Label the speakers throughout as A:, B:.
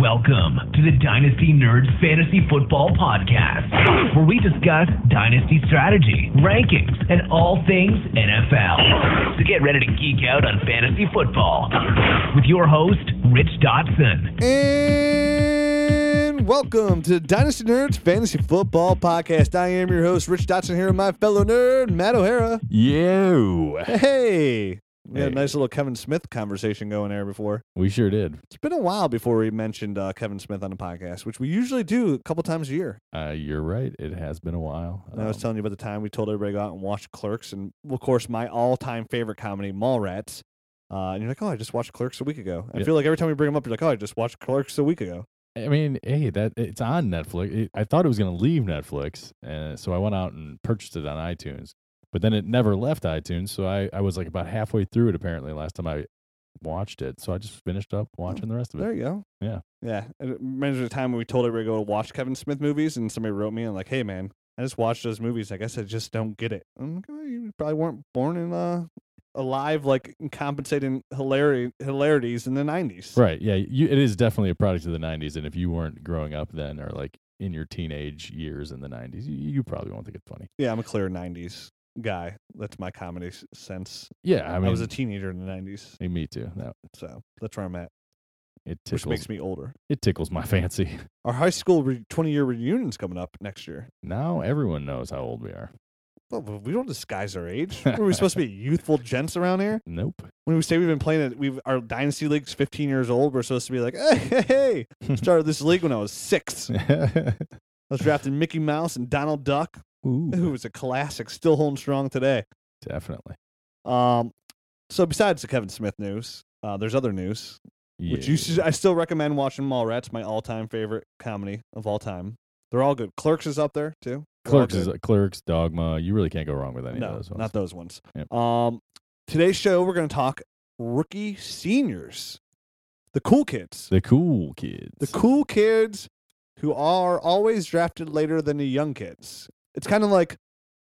A: Welcome to the Dynasty Nerds Fantasy Football Podcast, where we discuss dynasty strategy, rankings, and all things NFL. So get ready to geek out on fantasy football with your host, Rich Dotson.
B: And welcome to Dynasty Nerds Fantasy Football Podcast. I am your host, Rich Dotson, here with my fellow nerd, Matt O'Hara.
C: Yo,
B: Hey! We had
C: Hey.
B: a nice little Kevin Smith conversation going there before.
C: we sure did.
B: It's been a while before we mentioned uh, Kevin Smith on the podcast, which we usually do a couple times a year.
C: Uh, you're right. It has been a while.
B: And I was
C: Um,
B: telling you about the time we told everybody to go out and watch Clerks, and of course, my all time favorite comedy, Mallrats. Uh, and you're like, oh, I just watched Clerks a week ago. I
C: Yep.
B: feel like every time we bring them up, you're like, oh, I just watched Clerks a week ago.
C: I mean, hey, that it's on Netflix. It, I thought it was going to leave Netflix, and so I went out and purchased it on iTunes. But then it never left iTunes, so I, I was like about halfway through it apparently last time I watched it. So I just finished up
B: Oh,
C: watching the rest of it.
B: There you go.
C: Yeah.
B: Yeah. And it reminds me of the time when we told everybody to go watch Kevin Smith movies, and somebody wrote me and like, "Hey, man, I just watched those movies. I guess I just don't get it." I'm like, oh, "You probably weren't born in uh, alive, like compensating hilarity hilarities in the '90s."
C: Right? Yeah, you, it is definitely a product of the '90s. And if you weren't growing up then, or like in your teenage years in the '90s, you, you probably won't think it's funny.
B: Yeah, I'm a clear '90s guy. That's my comedy s- sense.
C: Yeah, I
B: I,
C: mean,
B: was a teenager in the '90s,
C: hey, me too. That
B: so that's where I'm at,
C: it
B: which
C: tickles.
B: makes me older.
C: It tickles my fancy.
B: Our high school 20 year reunion's coming up next year.
C: Now everyone knows how old we are.
B: Well, we don't disguise our age. Are we supposed to be youthful gents around here?
C: Nope.
B: when we say we've been playing it, we've our dynasty league's 15 years old. We're supposed to be like, hey, hey, hey. started this league when I was six. I was drafting Mickey Mouse and Donald Duck, who
C: Ooh,
B: was a classic, still holding strong today.
C: definitely.
B: Um, so besides the Kevin Smith news, uh, there's other news which you should, I still recommend watching Mallrats, my all-time favorite comedy of all time. They're all good. Clerks is up there too. They're all
C: Clerks
B: good.
C: is Clerks Dogma. You really can't go wrong with any
B: no,
C: of those ones.
B: not those ones.
C: Yep.
B: Um, today's show we're going to talk rookie seniors, the cool kids,
C: the cool kids.
B: the cool kids who are always drafted later than the young kids. It's kind of like,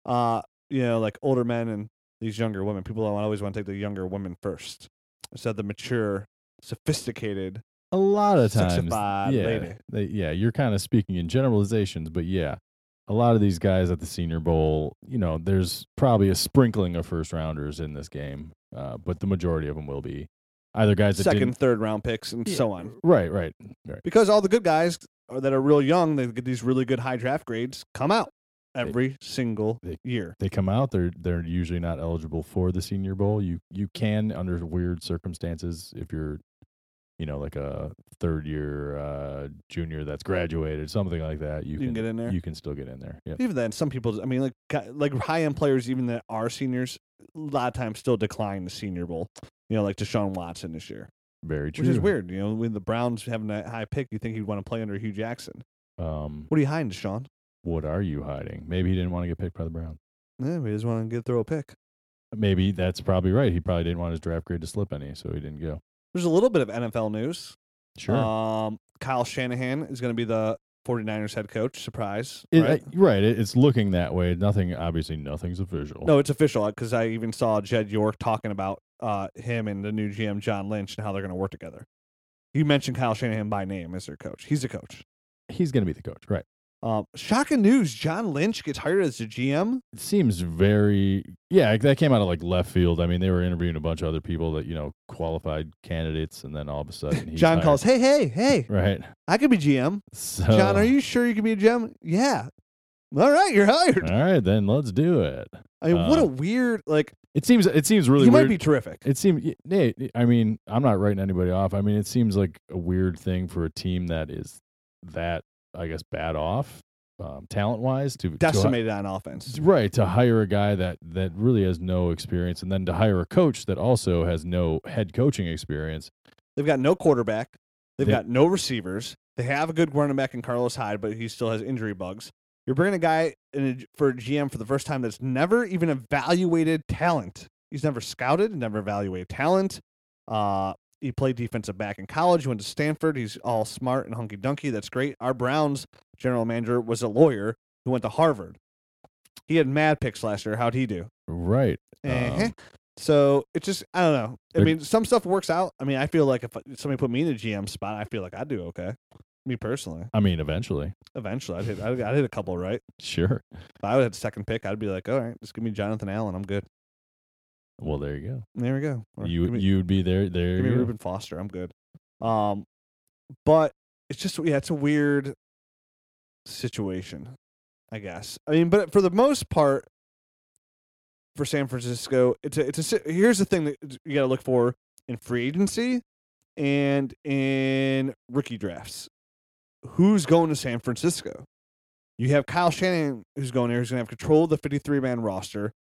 B: uh, you know, like older men and these younger women. People always want to take the younger women first instead of the mature, sophisticated.
C: a lot of times.
B: Sexified
C: Yeah,
B: lady.
C: they- yeah, you're kind of speaking in generalizations, but yeah, a lot of these guys at the Senior Bowl, you know, there's probably a sprinkling of first rounders in this game, uh, but the majority of them will be either guys that
B: second,
C: didn't-
B: third round picks, and
C: Yeah.
B: so on.
C: Right, right, right.
B: Because all the good guys are, that are real young, they get these really good high draft grades, come out every single
C: they-
B: year.
C: they come out they're they're usually not eligible for the senior bowl you you can under weird circumstances if you're you know like a third year uh junior that's graduated something like that you,
B: You can get in there.
C: you can still get in there yeah
B: Even then, some people, I mean, like guy- like high end players, even that are seniors, a lot of times still decline the Senior Bowl. You know, like Deshaun Watson this year,
C: very true
B: which is weird. You know, when the Browns having that high pick, you think he'd want to play under Hugh Jackson.
C: um
B: What are you hiding, Deshaun?
C: what are you hiding maybe he didn't want to get picked by the browns
B: Yeah, he just want to get throw a pick.
C: maybe that's probably right he probably didn't want his draft grade to slip any so he didn't go
B: There's a little bit of NFL news.
C: sure
B: Um, Kyle Shanahan is going to be the 49ers head coach. Surprise.
C: It- I-
B: right?
C: right, it- it's looking that way nothing obviously nothing's official
B: No, it's official because I even saw Jed York talking about uh, him and the new GM John Lynch and how they're going to work together. You mentioned Kyle Shanahan by name as their coach. He's a coach.
C: he's gonna be the coach right
B: Um, shocking news: John Lynch gets hired as the GM.
C: it seems very yeah that came out of like left field i mean they were interviewing a bunch of other people that you know qualified candidates and then all of a sudden he's
B: John
C: hired.
B: calls, "Hey, hey, hey!
C: right
B: I could be GM.
C: so
B: John, are you sure you can be a GM? Yeah. All right, you're hired.
C: all right then let's do it
B: I mean, what a
C: Uh,
B: weird like.
C: it seems it seems really
B: he might
C: weird
B: be terrific.
C: it seems y- yeah, it- i mean i'm not writing anybody off i mean it seems like a weird thing for a team that is that i guess bad off um, talent wise to to-
B: Decimated on offense.
C: right to hire a guy that that really has no experience and then to hire a coach that also has no head coaching experience
B: They've got no quarterback. They've
C: They-
B: got no receivers. They have a good running back in Carlos Hyde, but he still has injury bugs. You're bringing a guy in a, for a GM for the first time that's never even evaluated talent. He's never scouted, never evaluated talent. Uh, he played defensive back in college. He went to Stanford. He's all smart and hunky dunky. That's great. Our Browns general manager was a lawyer who went to Harvard. He had mad picks last year. How'd he do?
C: right
B: Uh-huh.
C: Um,
B: So it's just I don't know. I
C: They're-
B: mean, some stuff works out. I mean, I feel like if somebody put me in a GM spot, I feel like I'd do okay. Me personally,
C: I mean, eventually,
B: eventually, I'd hit, I'd, I'd hit a couple right.
C: sure.
B: If I would have second pick, I'd be like, all right, just give me Jonathan Allen. I'm good.
C: Well, there you go.
B: There we go. Or
C: You
B: give me,
C: you would be there. There.
B: give me
C: you go.
B: Ruben Foster. I'm good. Um, but it's just yeah, it's a weird situation, I guess. I mean, but for the most part, for San Francisco, it's a it's a si- here's the thing that you got to look for in free agency and in rookie drafts. Who's going to San Francisco? You have Kyle Shannon who's going there, who's going to have control of the 53 man roster,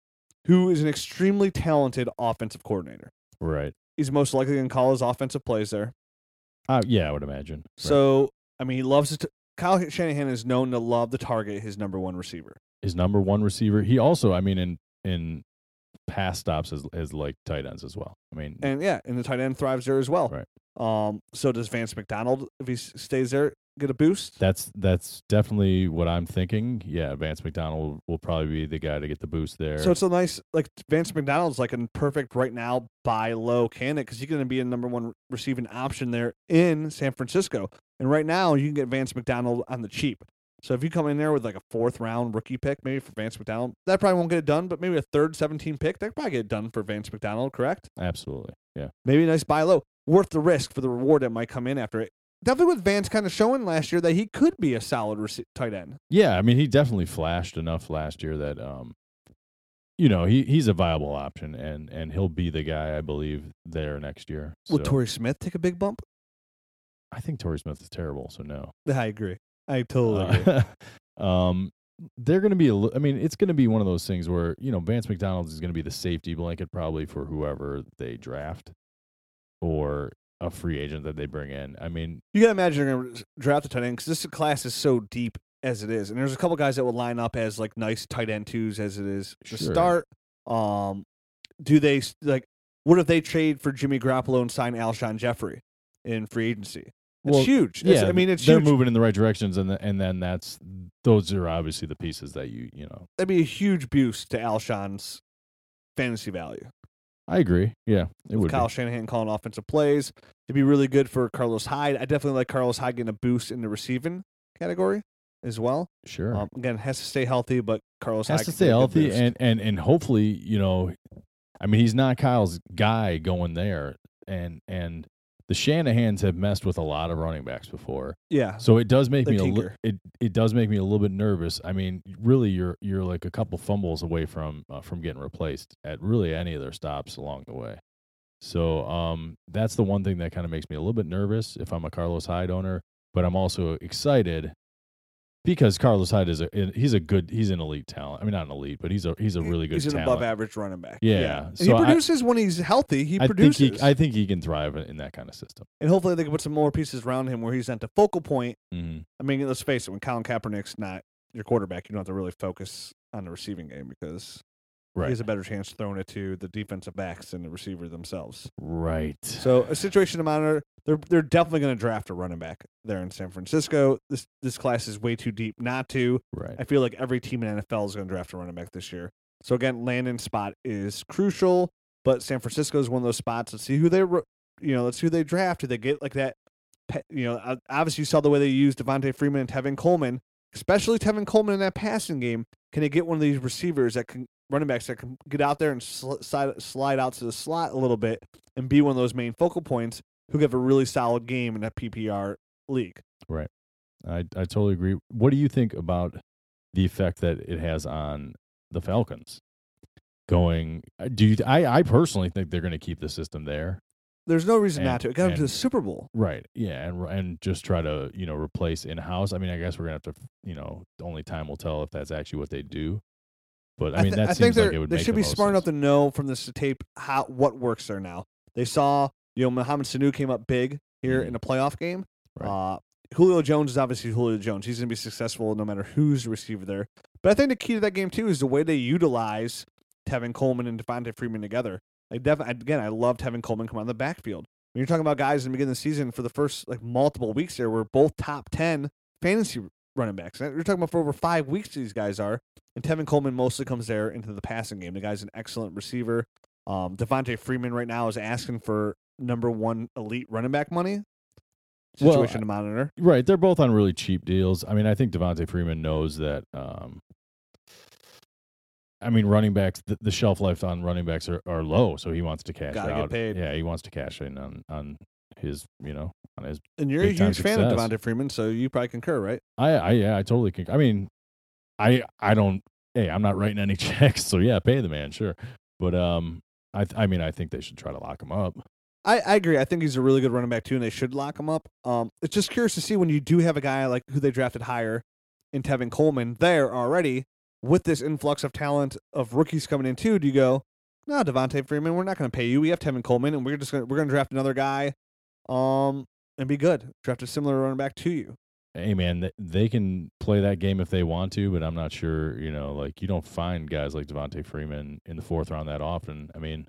B: who is an extremely talented offensive coordinator
C: Right.
B: he's most likely going to call his offensive plays there.
C: Uh, yeah, I would imagine. Right.
B: So, I mean, he loves it. Kyle Shanahan is known to love to target his number one receiver.
C: his number one receiver. He also, I mean, in in pass stops has has like tight ends as well. I mean,
B: And yeah, and the tight end thrives there as well.
C: Right.
B: Um, so does Vance McDonald, if he s- stays there, get a boost?
C: that's that's definitely what I'm thinking. Yeah, Vance McDonald will, will probably be the guy to get the boost there.
B: So it's a nice, like, Vance McDonald's like a perfect right now buy low candidate because he's going to be a number one receiving option there in San Francisco. And right now, you can get Vance McDonald on the cheap. So if you come in there with like a fourth round rookie pick, maybe for Vance McDonald, that probably won't get it done, but maybe a third 17 pick, that could probably get it done for Vance McDonald, correct?
C: Absolutely. Yeah.
B: Maybe a nice buy low. Worth the risk for the reward that might come in after it. Definitely with Vance kind of showing last year that he could be a solid rece- tight end.
C: Yeah, I mean, he definitely flashed enough last year that um you know, he he's a viable option and and he'll be the guy I believe there next year. So,
B: Will Torrey Smith take a big bump?
C: I think Torrey Smith is terrible, so no.
B: I agree. I totally agree.
C: Uh, um, they're going to be. a li- I mean, it's going to be one of those things where you know Vance McDonald's is going to be the safety blanket probably for whoever they draft, or a free agent that they bring in. I mean,
B: You gotta imagine you're gonna draft a tight end because this class is so deep as it is, and there's a couple guys that will line up as like nice tight end twos as it is to
C: Sure.
B: start. Um, do they s- like? What if they trade for Jimmy Garoppolo and sign Alshon Jeffrey in free agency? It's
C: Well,
B: huge. It's-
C: yeah,
B: I mean, it's
C: they're
B: huge.
C: moving in the right directions, and the, and then that's those are obviously the pieces that you you know.
B: That'd be a huge boost to Alshon's fantasy value.
C: I agree. Yeah, it would.
B: With
C: be.
B: Kyle Shanahan calling offensive plays, it'd be really good for Carlos Hyde. I definitely like Carlos Hyde getting a boost in the receiving category as well.
C: Sure.
B: Um, again, has to stay healthy, but Carlos
C: has
B: Hyde
C: to
B: can
C: stay
B: be a good
C: healthy
B: boost.
C: and and and hopefully you know i mean he's not kyle's guy going there and and the shanahans have messed with a lot of running backs before
B: yeah,
C: so it does make
B: They
C: me a li-
B: tinker.
C: it, it does make me a little bit nervous i mean really you're you're like a couple fumbles away from uh, from getting replaced at really any of their stops along the way so um that's the one thing that kind of makes me a little bit nervous if i'm a carlos hyde owner but i'm also excited because Carlos Hyde is a he's a good he's an elite talent. I mean not an elite, but he's a he's a really good
B: He's an
C: talent.
B: above average running back.
C: Yeah,
B: And
C: so
B: he
C: I-
B: produces when he's healthy. He
C: I think
B: produces,
C: he I think he can thrive in that kind of system.
B: and hopefully they can put some more pieces around him where he's not the focal point.
C: hmm
B: I mean, let's face it: when Colin Kaepernick's not your quarterback, you don't have to really focus on the receiving game because
C: Right.
B: he has a better chance throwing it to the defensive backs than the receiver themselves.
C: right.
B: So a situation to monitor. They're they're definitely going to draft a running back there in San Francisco. This this class is way too deep not to.
C: right.
B: I feel like every team in NFL is going to draft a running back this year. So again, Landon's spot is crucial, but San Francisco is one of those spots. Let's see who they, ro- you know, let's see who they draft. Do they get like that? pe- You know, ob- obviously you saw the way they used Devontae Freeman and Tevin Coleman, especially Tevin Coleman in that passing game. Can they get one of these receivers that can running backs that can get out there and sl- slide, slide out to the slot a little bit and be one of those main focal points who have a really solid game in a PPR league?
C: I I totally agree. What do you think about the effect that it has on the Falcons? Going uh, do you I I personally think they're going to keep the system there.
B: There's no reason
C: And-
B: not to. It got them to
C: and-
B: the Super Bowl.
C: Right. Yeah, and and just try to, you know, replace in-house. I mean, I guess we're going to have to, you know, only time will tell if that's actually what they do. But I, mean,
B: thi-
C: that
B: I think
C: seems
B: they're-
C: like it would
B: they
C: make
B: should
C: the
B: be
C: most
B: smart enough
C: sense.
B: to know from this tape how what works there now. They saw you know Mohamed Sanu came up big here in a playoff game.
C: Mm. Right.
B: Uh, Julio Jones is obviously Julio Jones. He's going to be successful no matter who's the receiver there. But I think the key to that game too is the way they utilize Tevin Coleman and Devontae Freeman together. Like def- again, I love Tevin Coleman come on the backfield. When you're talking about guys in the beginning of the season for the first like multiple weeks there were both top ten fantasy running backs. You're talking about for over five weeks these guys are. And Tevin Coleman mostly comes there into the passing game. The guy's an excellent receiver. Um, Devontae Freeman right now is asking for number one elite running back money.
C: Well,
B: Situation to monitor.
C: Right. They're both on really cheap deals. I mean, I think Devontae Freeman knows that. Um, I mean, running backs, the, the shelf life on running backs are, are low, so he wants to cash
B: Gotta get
C: out.
B: paid.
C: Yeah, he wants to cash in on, on his, you know, on his.
B: And you're a
C: Big time
B: huge fan of
C: success.
B: Devontae Freeman, so you probably concur, right?
C: I, I, yeah, I totally can. I mean, I, I don't. Hey, I'm not writing any checks, so yeah, pay the man, sure. But um, I, th- I mean, I think they should try to lock him up.
B: I, I agree. I think he's a really good running back too, and they should lock him up. Um, it's just curious to see when you do have a guy like who they drafted higher in Tevin Coleman there already with this influx of talent of rookies coming in too. Do you go, no, Devontae Freeman, we're not going to pay you. We have Tevin Coleman, and we're just gonna, we're going to draft another guy, um, and be good. Draft a similar running back to you.
C: hey man th- they can play that game if they want to but i'm not sure you know like you don't find guys like devonte freeman in the fourth round that often i mean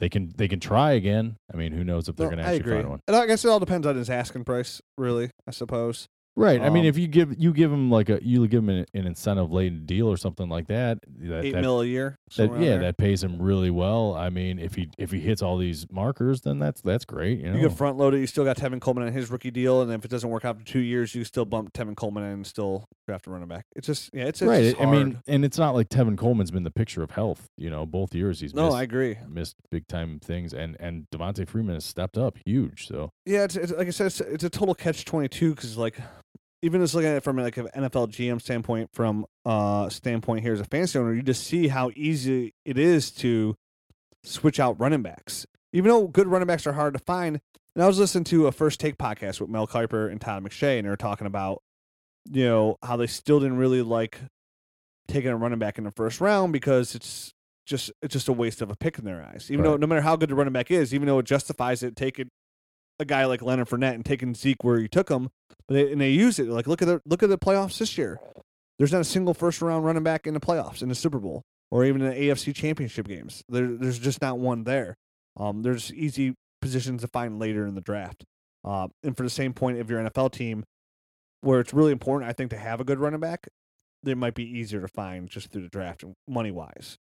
C: they can they can try again i mean who knows if they're
B: No,
C: gonna
B: I
C: actually
B: agree.
C: find one
B: And I guess it all depends on his asking price, really. I suppose.
C: right i mean
B: Um,
C: if you give you give them like a you give them an, an incentive laden deal or something like that, that,
B: Eight
C: that
B: mil a year.
C: that-
B: somewhere around
C: yeah,
B: there.
C: that pays him really well. I mean, if he if he hits all these markers, then that's that's great. You know,
B: You can front load it. You still got Tevin Coleman on his rookie deal, and if it doesn't work out for two years, you still bump Tevin Coleman in and still draft a running back. It's just yeah, it's, it's
C: right?
B: just
C: I mean,
B: hard.
C: and it's not like Tevin Coleman's been the picture of health. You know, both years he's
B: no,
C: missed
B: I agree.
C: missed big time things, and and Devontae Freeman has stepped up huge. So
B: Yeah, it's, it's like I said, it's, it's a total catch twenty two because like even just looking at it from like an NFL GM standpoint, from uh standpoint here as a fantasy owner, you just see how easy it is to switch out running backs. Even though good running backs are hard to find, and I was listening to a first take podcast with Mel Kiper and Todd McShay, and they were talking about you know how they still didn't really like taking a running back in the first round because it's just it's just a waste of a pick in their eyes. Even though
C: Right.
B: no matter how good the running back is, even though it justifies it taking a guy like Leonard Fournette and taking Zeke where you took him, but they, and they use it like look at the look at the playoffs this year. There's not a single first round running back in the playoffs in the Super Bowl or even in the AFC Championship games. There, there's just not one there. Um, there's easy positions to find later in the draft. Uh, and for the same point, if your NFL team, where it's really important, I think, to have a good running back, they might be easier to find just through the draft, money wise.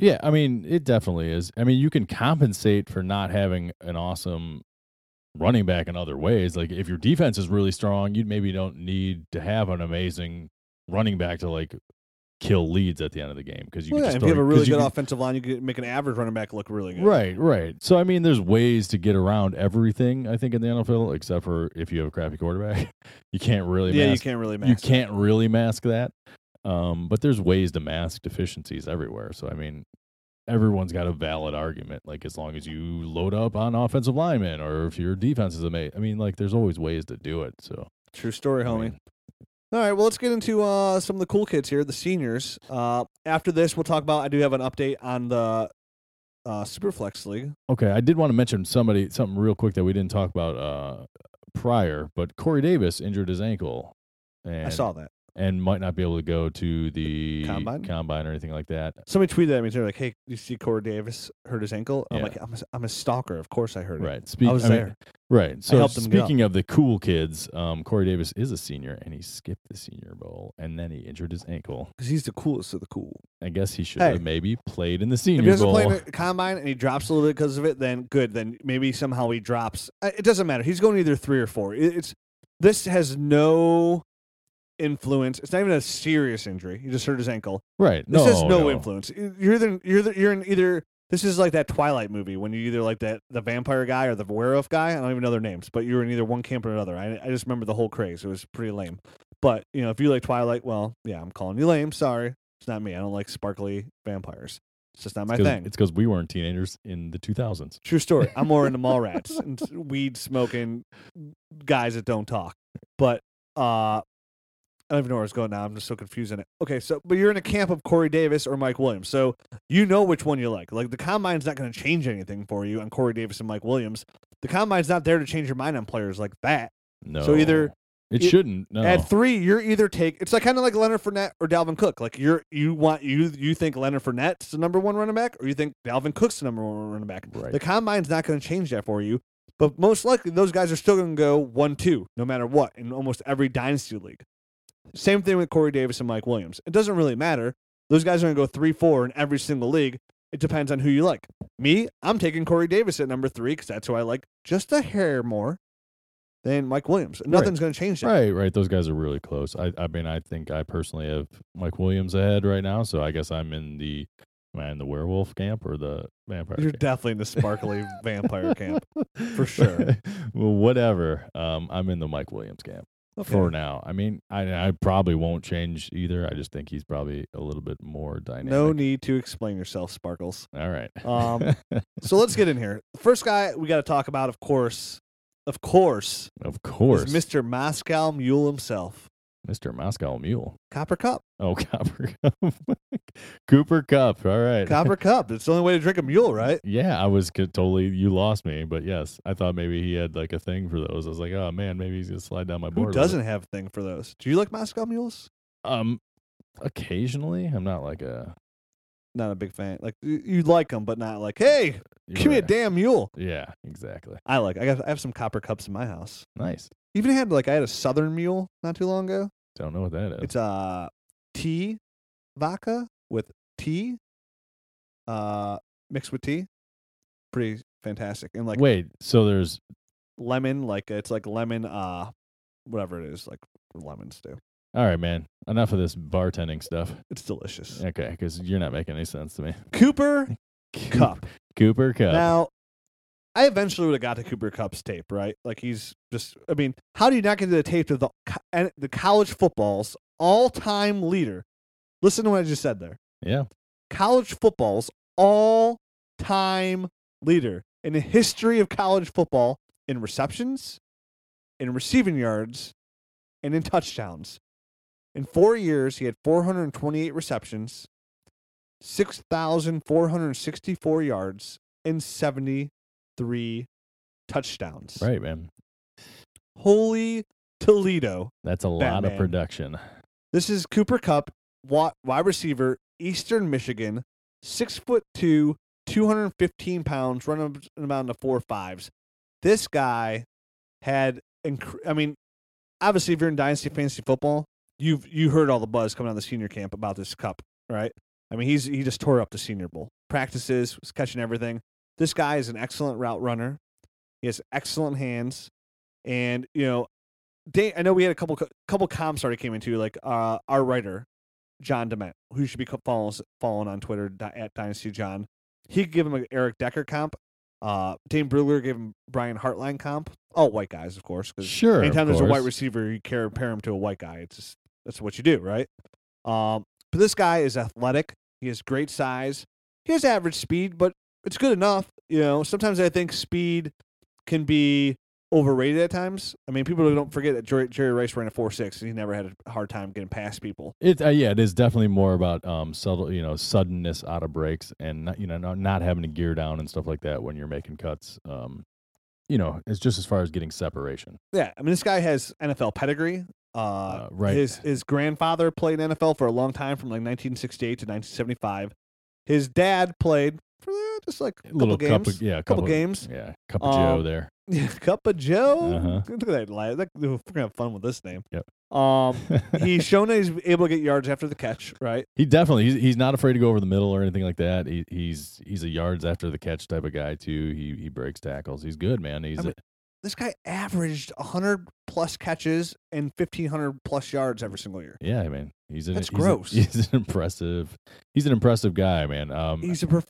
C: yeah, I mean, it definitely is. I mean, you can compensate for not having an awesome running back in other ways. Like if your defense is really strong, you maybe don't need to have an amazing running back to like kill leads at the end of the game because you
B: Well,
C: can
B: yeah,
C: just
B: if you have
C: throw-
B: a
C: 'cause
B: really
C: you
B: good
C: can-
B: offensive line, you can make an average running back look really good.
C: Right, right. So I mean, there's ways to get around everything. I think in the NFL, except for if you have a crappy quarterback, you can't really.
B: yeah, you
C: mask
B: can't really match.
C: you can't really mask that. Um, but there's ways to mask deficiencies everywhere. So I mean, everyone's got a valid argument. Like as long as you load up on offensive linemen, or if your defense is amazing. I mean, like there's always ways to do it. So
B: True story,
C: I
B: homie.
C: mean,
B: All right, well, let's get into uh, some of the cool kids here, the seniors. Uh, after this, we'll talk about. I do have an update on the uh, Superflex League.
C: okay, I did want to mention somebody something real quick that we didn't talk about uh, prior, but Corey Davis injured his ankle. And,
B: I saw that.
C: and might not be able to go to the
B: Combine?
C: or anything like that.
B: Somebody tweeted at me. They're like, "Hey, you see Corey Davis hurt his ankle?" I'm
C: Yeah.
B: like, I'm a, "I'm a stalker. Of course, I heard it.
C: Right. Speak,
B: I was
C: mean,
B: there.
C: Right. So
B: helped him get up.
C: speaking of the cool kids, um, Corey Davis is a senior, and he skipped the Senior Bowl, and then he injured his ankle.
B: because he's the coolest of the cool."
C: I guess he should
B: Hey.
C: have maybe played in the
B: If he
C: Senior
B: doesn't
C: Bowl.
B: play in the combine and he drops a little bit because of it, then good. Then maybe somehow he drops. Uh, It doesn't matter. He's going either three or four. It- It's this has no influence. It's not even a serious injury. He just hurt his ankle.
C: right.
B: This
C: no,
B: has no,
C: no.
B: influence. E, You're either you're the, you're in either. This is like that Twilight movie when you either like that the vampire guy or the werewolf guy. I don't even know their names, but you're in either one camp or another. I I just remember the whole craze. It was pretty lame. But you know, if you like Twilight, well, yeah, I'm calling you lame. Sorry, it's not me. I don't like sparkly vampires. It's just not my
C: It's 'cause-
B: thing.
C: It's because we weren't teenagers in the 2000s.
B: True story. I'm more into mall rats and s- weed smoking guys that don't talk. But uh, I don't even know where I was going now. I'm just so confused in it. Okay, so but you're in a camp of Corey Davis or Mike Williams, so you know which one you like. Like the combine's not going to change anything for you on Corey Davis and Mike Williams. The combine's not there to change your mind on players like that.
C: No.
B: either it-
C: it, shouldn't. No.
B: At three, you're either take it's like kind of like Leonard Fournette or Dalvin Cook. Like you're you want you you think Leonard Fournette's the number one running back, or you think Dalvin Cook's the number one running back.
C: Right.
B: The combine's not going to change that for you, but most likely those guys are still going to go one two no matter what in almost every dynasty league. Same thing with Corey Davis and Mike Williams. It doesn't really matter. Those guys are going to go three four in every single league. It depends on who you like. Me, I'm taking Corey Davis at number three because that's who I like just a hair more than Mike Williams. Nothing's going to change that.
C: Right, right. Those guys are really close. I, I mean, I think I personally have Mike Williams ahead right now, so I guess I'm in the am I in the werewolf camp or the vampire
B: You're
C: camp?
B: definitely in the sparkly vampire camp. for sure.
C: well, whatever. Um, I'm in the Mike Williams camp for now. I mean, I I probably won't change either. I just think he's probably a little bit more dynamic.
B: No need to explain yourself, Sparkles.
C: All right.
B: Um, So let's get in here. The first guy we got to talk about, of course, of course,
C: of course,
B: is Mr. Moscow Mule himself,
C: Mr. Moscow Mule.
B: Copper Cup.
C: Oh, Copper Cup. Cooper Cup. All right.
B: Copper Cup. It's the only way to drink a mule, right?
C: Yeah, I was co- totally. You lost me, but yes, I thought maybe he had like a thing for those. I was like, oh man, maybe he's gonna slide down my board.
B: Who
C: with it."
B: doesn't have a thing for those? Do you like Moscow mules?
C: Um, occasionally, I'm not like a.
B: Not a big fan. Like you, you like them, but not like, hey,
C: you're
B: give me a
C: right.
B: damn mule.
C: Yeah, exactly.
B: I like. I got. I have some Copper Cups in my house.
C: Nice.
B: Even had like I had a Southern mule not too long ago.
C: Don't know what that is.
B: It's uh tea vodka with tea uh mixed with tea. Pretty fantastic. And like
C: Wait, so there's
B: lemon, like it's like lemon uh whatever it is, like lemons do.
C: all right, man. Enough of this bartending stuff.
B: It's delicious.
C: Okay, because you're not making any sense to me.
B: Cooper Cup.
C: Cooper Cup.
B: Now I eventually would have got to Cooper Cup's tape, right? Like he's just I mean, how do you not get to the tape of the co- and the college football's all-time leader? Listen to what I just said there.
C: yeah.
B: college football's all time leader in the history of college football in receptions, in receiving yards, and in touchdowns. In four years, he had 428 receptions, 6,464 yards, and 73 touchdowns.
C: Right, man.
B: Holy Toledo.
C: That's a lot of
B: Batman.
C: production.
B: This is Cooper Cup, wa- wide receiver, Eastern Michigan, six foot two, two hundred and fifteen pounds, running ab- about in the four fives. This guy had, inc- I mean, obviously, if you're in Dynasty Fantasy Football, you've you heard all the buzz coming out of the senior camp about this cup, right? I mean, he's he just tore up the Senior Bowl practices, was catching everything. This guy is an excellent route runner. He has excellent hands, and you know, Dan, I know we had a couple co- couple comps already came into like uh, our writer John Dement, who you should be co- following following on Twitter dy- at Dynasty John. He gave him an Eric Decker comp. Uh, Dane Brugler gave him Brian Hartline comp. All white guys, of course, 'cause
C: Sure. of
B: Anytime there's a white
C: course.
B: receiver, you care pair him to a white guy. It's just that's what you do, right? Um, but this guy is athletic. He has great size. He has average speed, but it's good enough. You know, sometimes I think speed can be overrated at times. I mean, people don't forget that Jerry, Jerry Rice ran a four six, and he never had a hard time getting past people.
C: It uh, yeah, it is definitely more about um subtle, you know, suddenness out of breaks and not, you know not, not having to gear down and stuff like that when you're making cuts. Um, you know, it's just as far as getting separation.
B: Yeah, I mean, this guy has NFL pedigree. Uh,
C: Uh, right.
B: His his grandfather played in NFL for a long time, from like 1968 to 1975. His dad played for uh, just like a
C: A
B: couple games.
C: cup of yeah, a
B: couple
C: couple
B: games.
C: Yeah, cup of Joe
B: Um,
C: there.
B: Cup of Joe.
C: Uh-huh.
B: Look at that. li- that- We're gonna have fun with this name.
C: Yep.
B: Um, he's shown that he's able to get yards after the catch, right?
C: he definitely he's, he's not afraid to go over the middle or anything like that. He, he's he's a yards after the catch type of guy too. He he breaks tackles. He's good, man. He's
B: mean- This guy averaged 100 plus catches and 1500 plus yards every single year.
C: yeah, I mean, he's an,
B: That's
C: he's a-
B: gross.
C: he's an impressive. He's an impressive guy, man. Um,
B: He's a prof-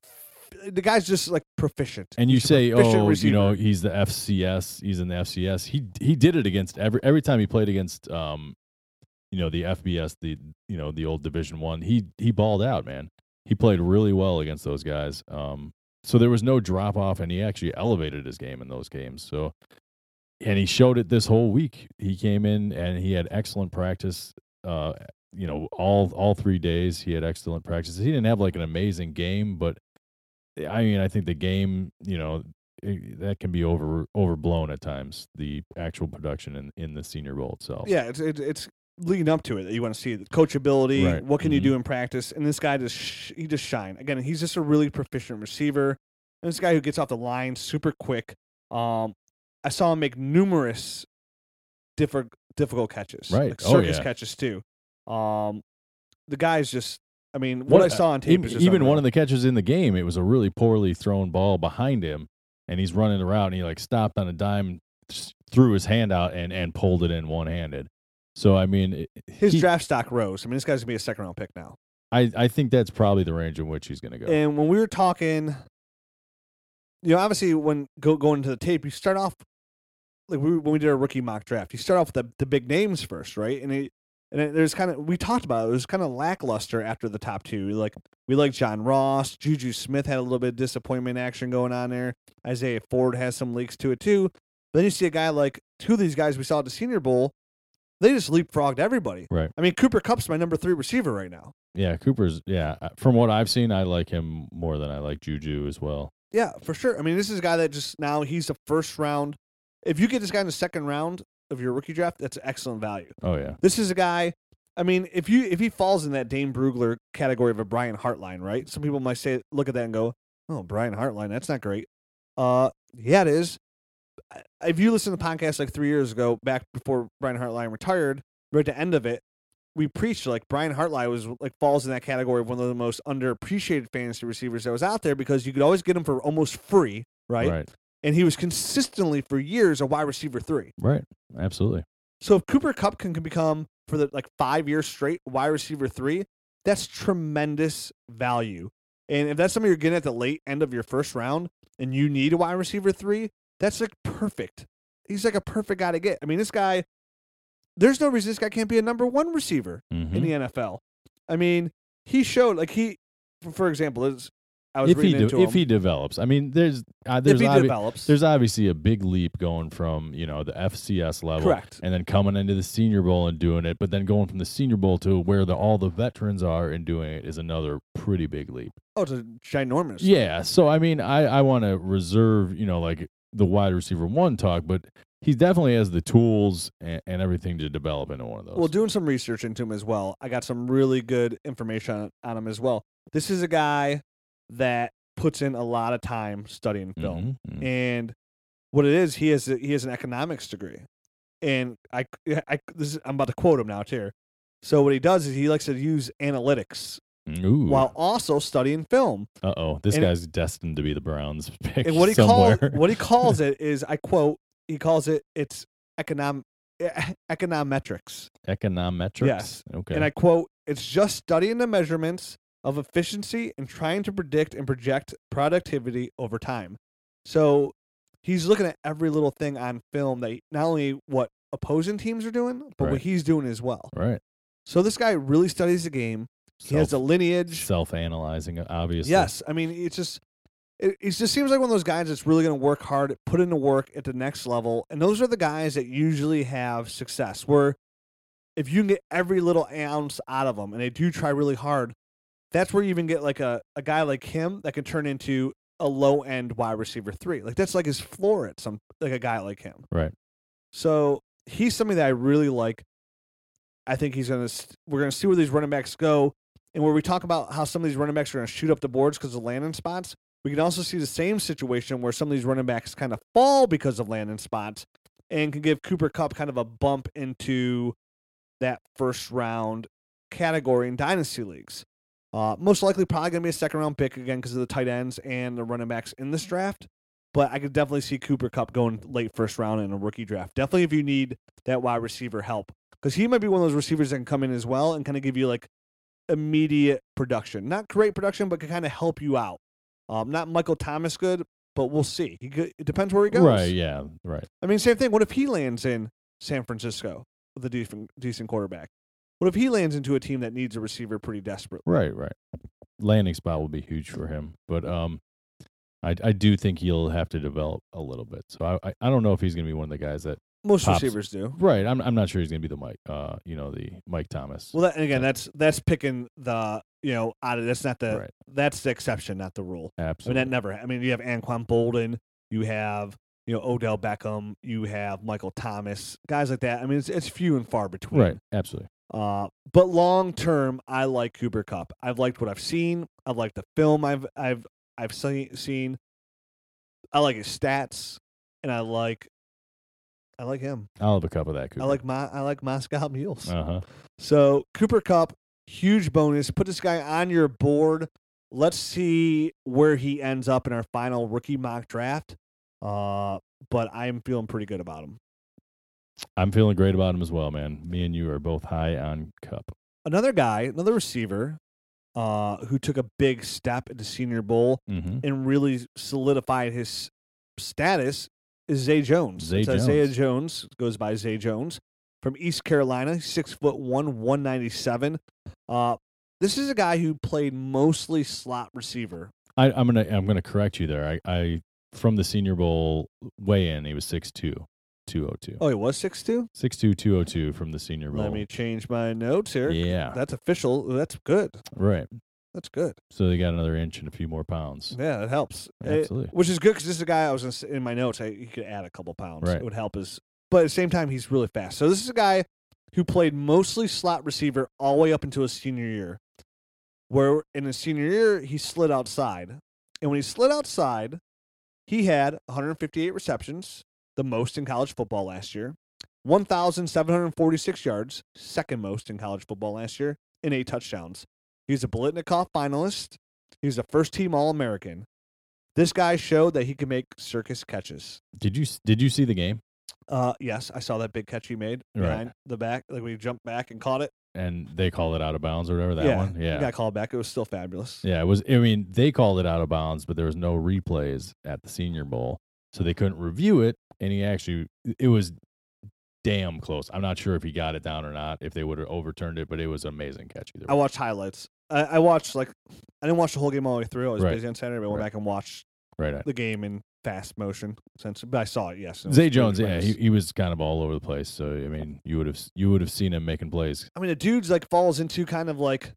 B: the guy's just like proficient.
C: And you
B: He's a
C: say,
B: proficient
C: oh, you
B: receiver.
C: know, he's the FCS. He's in the FCS. He he did it against every every time he played against, um, you know, the FBS, the you know, the old Division One. He he balled out, man. He played really well against those guys. Um, so there was no drop off, and he actually elevated his game in those games. So, and he showed it this whole week. He came in and he had excellent practice. Uh, you know, all all three days he had excellent practice. He didn't have like an amazing game, but I mean, I think the game, you know, it, that can be over overblown at times. The actual production in, in the Senior Bowl itself.
B: yeah, it's, it's it's leading up to it that you want to see the coachability.
C: Right.
B: What can you
C: Mhm.
B: do in practice? And this guy just sh- he just shine again. He's just a really proficient receiver. And this guy who gets off the line super quick. Um, I saw him make numerous different difficult catches,
C: Right.
B: Like
C: Oh,
B: circus
C: yeah.
B: catches too. Um, the guy's just I mean, what, I
C: One-
B: saw on tape
C: even,
B: is just
C: even
B: unreal.
C: one of the catches in the game, it was a really poorly thrown ball behind him, and he's running around. And he like stopped on a dime, s- threw his hand out, and and pulled it in one handed. So I mean, it-
B: his
C: he-
B: draft stock rose. I mean, this guy's gonna be a second round pick now.
C: I I think that's probably the range in which he's going to go.
B: And when we were talking, you know, obviously when go, going to the tape, you start off like we, when we did our rookie mock draft, you start off with the, the big names first, right? And it, and it, there's kind of we talked about it, it was kind of lackluster after the top two. Like we like John Ross, Juju Smith had a little bit of disappointment action going on there. Isaiah Ford has some leaks to it too. But then you see a guy like two of these guys we saw at the Senior Bowl, they just leapfrogged everybody.
C: Right.
B: I mean, Cooper Cup's my number three receiver right now.
C: yeah, Cooper's. Yeah, uh, from what I've seen, I like him more than I like Juju as well.
B: Yeah, for sure. I mean, this is a guy that just now he's the first round. If you get this guy in the second round of your rookie draft, that's excellent value.
C: Oh yeah,
B: This is a guy. I mean, if you if he falls in that Dane Brugler category of a Brian Hartline, right? Some people might say, look at that and go, "Oh, Brian Hartline, that's not great." Uh, yeah, it is. I- If you listen to the podcast like three years ago, back before Brian Hartline retired, right at the end of it, we preached like Brian Hartline was like falls in that category of one of the most underappreciated fantasy receivers that was out there because you could always get him for almost free, right?
C: right,
B: And he was consistently for years a wide receiver three.
C: right, absolutely.
B: So if Cooper Cup can, can become for the like five years straight wide receiver three, that's tremendous value. And if that's something you're getting at the late end of your first round and you need a wide receiver three, that's like perfect. He's like a perfect guy to get. I mean, this guy, there's no reason this guy can't be a number one receiver
C: Mhm.
B: in the NFL. I mean, he showed like he, for- for example, is I was
C: If he
B: reading
C: de-
B: into
C: if
B: him.
C: he develops, I mean, there's uh,
B: if
C: there's
B: he
C: obvi-
B: develops,
C: there's obviously a big leap going from you know the FCS level
B: correct.
C: and then coming into the Senior Bowl and doing it, but then going from the Senior Bowl to where the, all the veterans are and doing it is another pretty big leap.
B: Oh, it's a ginormous.
C: Yeah, so I mean, I I want to reserve you know like the wide receiver one talk, but he definitely has the tools and, and everything to develop into one of those.
B: Well, doing some research into him as well, I got some really good information on, on him as well. This is a guy that puts in a lot of time studying film,
C: Mhm, mhm.
B: and what it is, he has a, he has an economics degree, and I, I this is, I'm about to quote him now too. So what he does is he likes to use analytics
C: mm-hmm. Ooh.
B: while also studying film.
C: Uh oh, this
B: And-
C: guy's destined to be the Browns pick
B: And what he
C: somewhere.
B: calls what he calls it is I quote he calls it it's econom e-, econometrics.
C: econometrics.
B: Yes,
C: Okay.
B: And I quote, it's just studying the measurements of efficiency and trying to predict and project productivity over time. So he's looking at every little thing on film that he- not only what opposing teams are doing, but what
C: Right.
B: he's doing as well.
C: right.
B: So this guy really studies the game. He has the lineage.
C: self analyzing, obviously.
B: Yes. I mean, it's just. It, it just seems like one of those guys that's really going to work hard, put into work at the next level. And those are the guys that usually have success, where if you can get every little ounce out of them and they do try really hard, that's where you even get like a, a guy like him that can turn into a low end wide receiver three. Like that's like his floor at some like a guy like him.
C: Right.
B: So he's something that I really like. I think he's gonna st- we're gonna see where these running backs go and where we talk about how some of these running backs are gonna shoot up the boards because of landing spots. We can also see the same situation where some of these running backs kind of fall because of landing spots and can give Cooper Cup kind of a bump into that first round category in dynasty leagues. Uh, most likely, probably going to be a second round pick again because of the tight ends and the running backs in this draft. But I could definitely see Cooper Cup going late first round in a rookie draft. Definitely if you need that wide receiver help because he might be one of those receivers that can come in as well and kind of give you like immediate production. Not great production, but can kind of help you out. Um, not Michael Thomas good, but we'll see. He could, it depends where he goes.
C: Right. Yeah. Right.
B: I mean, same thing. What if he lands in San Francisco with a decent, decent quarterback? What if he lands into a team that needs a receiver pretty desperately?
C: Right. Right. Landing spot will be huge for him, but um, I I do think he'll have to develop a little bit. So I I, I don't know if he's going to be one of the guys that.
B: Most
C: Pops.
B: receivers do.
C: Right. I'm I'm not sure he's going to be the Mike. Uh, you know the Mike Thomas.
B: Well, that, and again, that's that's picking the you know out of that's not the
C: right.
B: that's the exception, not the rule. I mean,
C: Absolutely.
B: that never. I mean, you have Anquan Bolden, you have you know Odell Beckham, you have Michael Thomas, guys like that. I mean, it's it's few and far between.
C: right. Absolutely.
B: Uh, but long term, I like Cooper Cup. I've liked what I've seen. I've liked the film I've I've I've se- seen. I like his stats, and I like I like him.
C: I'll have a cup of that. Cooper. Uh-huh.
B: I like my I like Moscow Mules.
C: Uh huh.
B: So Cooper Cup, Huge bonus. Put this guy on your board. Let's see where he ends up in our final rookie mock draft. Uh, but I'm feeling pretty good about him.
C: I'm feeling great about him as well, man. Me and you are both high on Cup.
B: Another guy, another receiver, uh, who took a big step into Senior Bowl
C: Mm-hmm.
B: and really solidified his status is Zay Jones.
C: Zay
B: It's Isaiah
C: Jones.
B: Jones goes by Zay Jones from East Carolina, six foot one, one ninety seven. Uh, this is a guy who played mostly slot receiver.
C: I, I'm gonna I'm gonna correct you there. I, I from the Senior Bowl weigh in, he was 6'2", 202.
B: Oh, he was six two.
C: 6'2", 202 from the Senior Bowl.
B: Let me change my notes here.
C: yeah,
B: That's official. That's good.
C: right.
B: That's good.
C: So they got another inch and a few more pounds.
B: Yeah, that helps. It-
C: Absolutely.
B: which is good because this is a guy I was gonna say- in my notes. I, he could add a couple pounds.
C: Right.
B: It would help his. But at the same time, he's really fast. So this is a guy who played mostly slot receiver all the way up until his senior year, where in his senior year he slid outside, and when he slid outside, he had 158 receptions, the most in college football last year, 1,746 yards, second most in college football last year, and eight touchdowns. He's a Bolitnikoff finalist. He's a first team All American. This guy showed that he could make circus catches.
C: Did you s- did you see the game?
B: Uh, yes, I saw that big catch he made
C: Right.
B: behind the back. Like we jumped back and caught it.
C: And they called it out of bounds or whatever that
B: yeah,
C: one.
B: he
C: Yeah,
B: got called back. It was still fabulous.
C: yeah. It was. I mean, they called it out of bounds, but there was no replays at the Senior Bowl, so they couldn't review it. And he actually, it was damn close. I'm not sure if he got it down or not. If they would have overturned it, but it was an amazing catch either.
B: I
C: way.
B: watched highlights. I, I watched like I didn't watch the whole game all the way through. I was
C: Right.
B: busy on Saturday, but I went
C: Right.
B: back and watched
C: Right. on.
B: the game in fast motion. Since, but I saw it. Yes, and it was
C: Zay
B: pretty
C: Jones, yeah,
B: nice.
C: he, he was kind of all over the place. So I mean, you would have you would have seen him making plays.
B: I mean, the dude's like falls into kind of like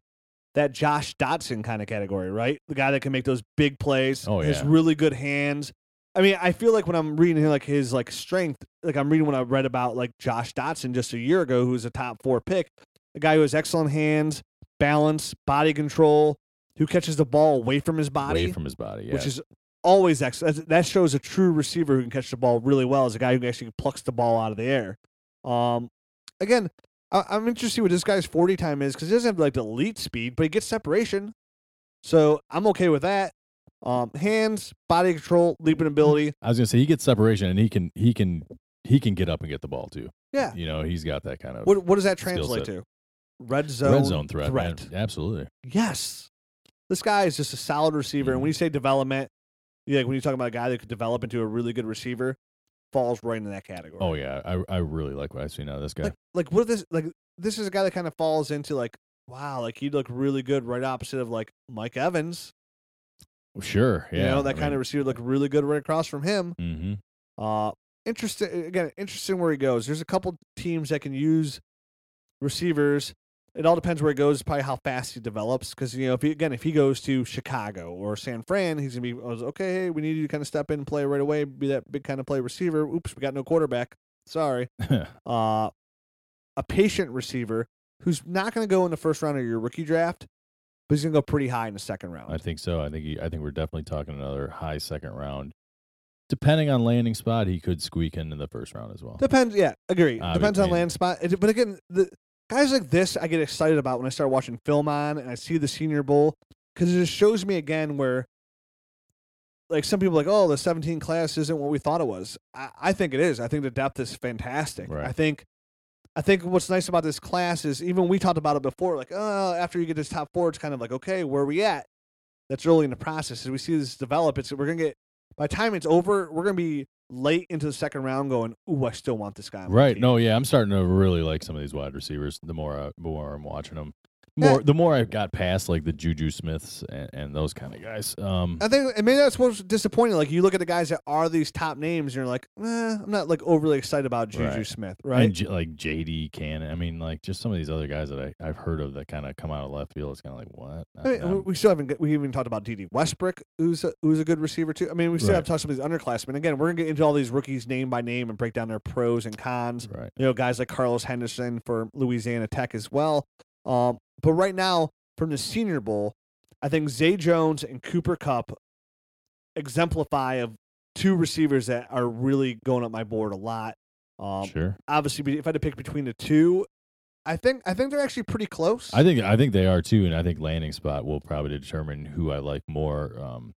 B: that Josh Dotson kind of category, right? The guy that can make those big plays.
C: Oh,
B: Has
C: yeah.
B: really good hands. I mean, I feel like when I'm reading like his like strength, like I'm reading what I read about like Josh Dotson just a year ago, who was a top four pick, a guy who has excellent hands, balance, body control, who catches the ball away from his body,
C: away from his body. Yeah,
B: which is always excellent. That shows a true receiver who can catch the ball really well is a guy who actually plucks the ball out of the air. Um, again, I, I'm interested to see what this guy's 40 time is because he doesn't have like the elite speed, but he gets separation. So I'm okay with that. Um, hands, body control, leaping
C: Mm-hmm.
B: ability.
C: I was gonna say he gets separation and he can he can he can get up and get the ball too.
B: Yeah.
C: you know he's got that kind of
B: What what does that
C: Skill
B: translate
C: set.
B: to? Red zone.
C: red zone threat. man. Absolutely.
B: Yes. This guy is just a solid receiver.
C: Mm-hmm.
B: And when you say development, yeah, like when you talk about a guy that could develop into a really good receiver, falls right into that category.
C: Oh yeah, I I really like what I see now. This guy.
B: Like, like what if this like this is a guy that kind of falls into like wow, like he'd look really good right opposite of like Mike Evans.
C: sure. Yeah.
B: you know, that kind of receiver look really good right across from him.
C: of. Mm-hmm.
B: Uh interesting again, interesting where he goes. There's a couple teams that can use receivers. It all depends where he goes, probably how fast he develops. Because you know, if he, again, if he goes to Chicago or San Fran, he's gonna be oh, okay. Hey, we need you to kind of step in and play right away, be that big kind of play receiver. Oops, we got no quarterback. Sorry uh, a patient receiver who's not going to go in the first round of your rookie draft, but he's going to go pretty high in the second round.
C: I think so. I think he, I think we're definitely talking another high second round. Depending on landing spot, he could squeak into the first round as well.
B: Depends. Yeah, agree.
C: I
B: Depends
C: would
B: on
C: mean-
B: land spot. It- But again, the guys like this, I get excited about when I start watching film on and I see the Senior Bowl because it just shows me again where. Like some people, are like oh, the 17 class isn't what we thought it was. I, I think it is. I think the depth is fantastic.
C: Right.
B: I think, I think what's nice about this class is even we talked about it before. Like, oh, after you get this top four, it's kind of like, okay, where are we at? That's early in the process. As we see this develop, it's we're gonna get by the time it's over, we're gonna be late into the second round going, ooh, I still want this guy. on my
C: Right.
B: team."
C: No, yeah, I'm starting to really like some of these wide receivers. The more, I, the more I'm watching them,
B: Yeah.
C: more the more I got past like the Juju Smiths and, and those kind of guys. Um,
B: I think and maybe that's what's disappointing. Like you look at the guys that are these top names, and you're like, eh, I'm not like overly excited about Juju
C: Right.
B: Smith,
C: and
B: right?
C: J- like JD Cannon. I mean, like just some of these other guys that I, I've heard of that kind of come out of left field. It's kind of like what?
B: I mean, we-
C: Um,
B: we still haven't g- we even talked about D.D. Westbrook, who's a, who's a good receiver too. I mean, we still
C: Right.
B: have touched on these underclassmen. Again, we're gonna get into all these rookies name by name and break down their pros and cons.
C: right.
B: you know, guys like Carlos Henderson for Louisiana Tech as well. Um, but right now, from the Senior Bowl, I think Zay Jones and Cooper Cup exemplify of two receivers that are really going up my board a lot. Um,
C: sure.
B: Obviously, be- if I had to pick between the two, I think I think they're actually pretty close.
C: I think I think they are too, and I think landing spot will probably determine who I like more. Um,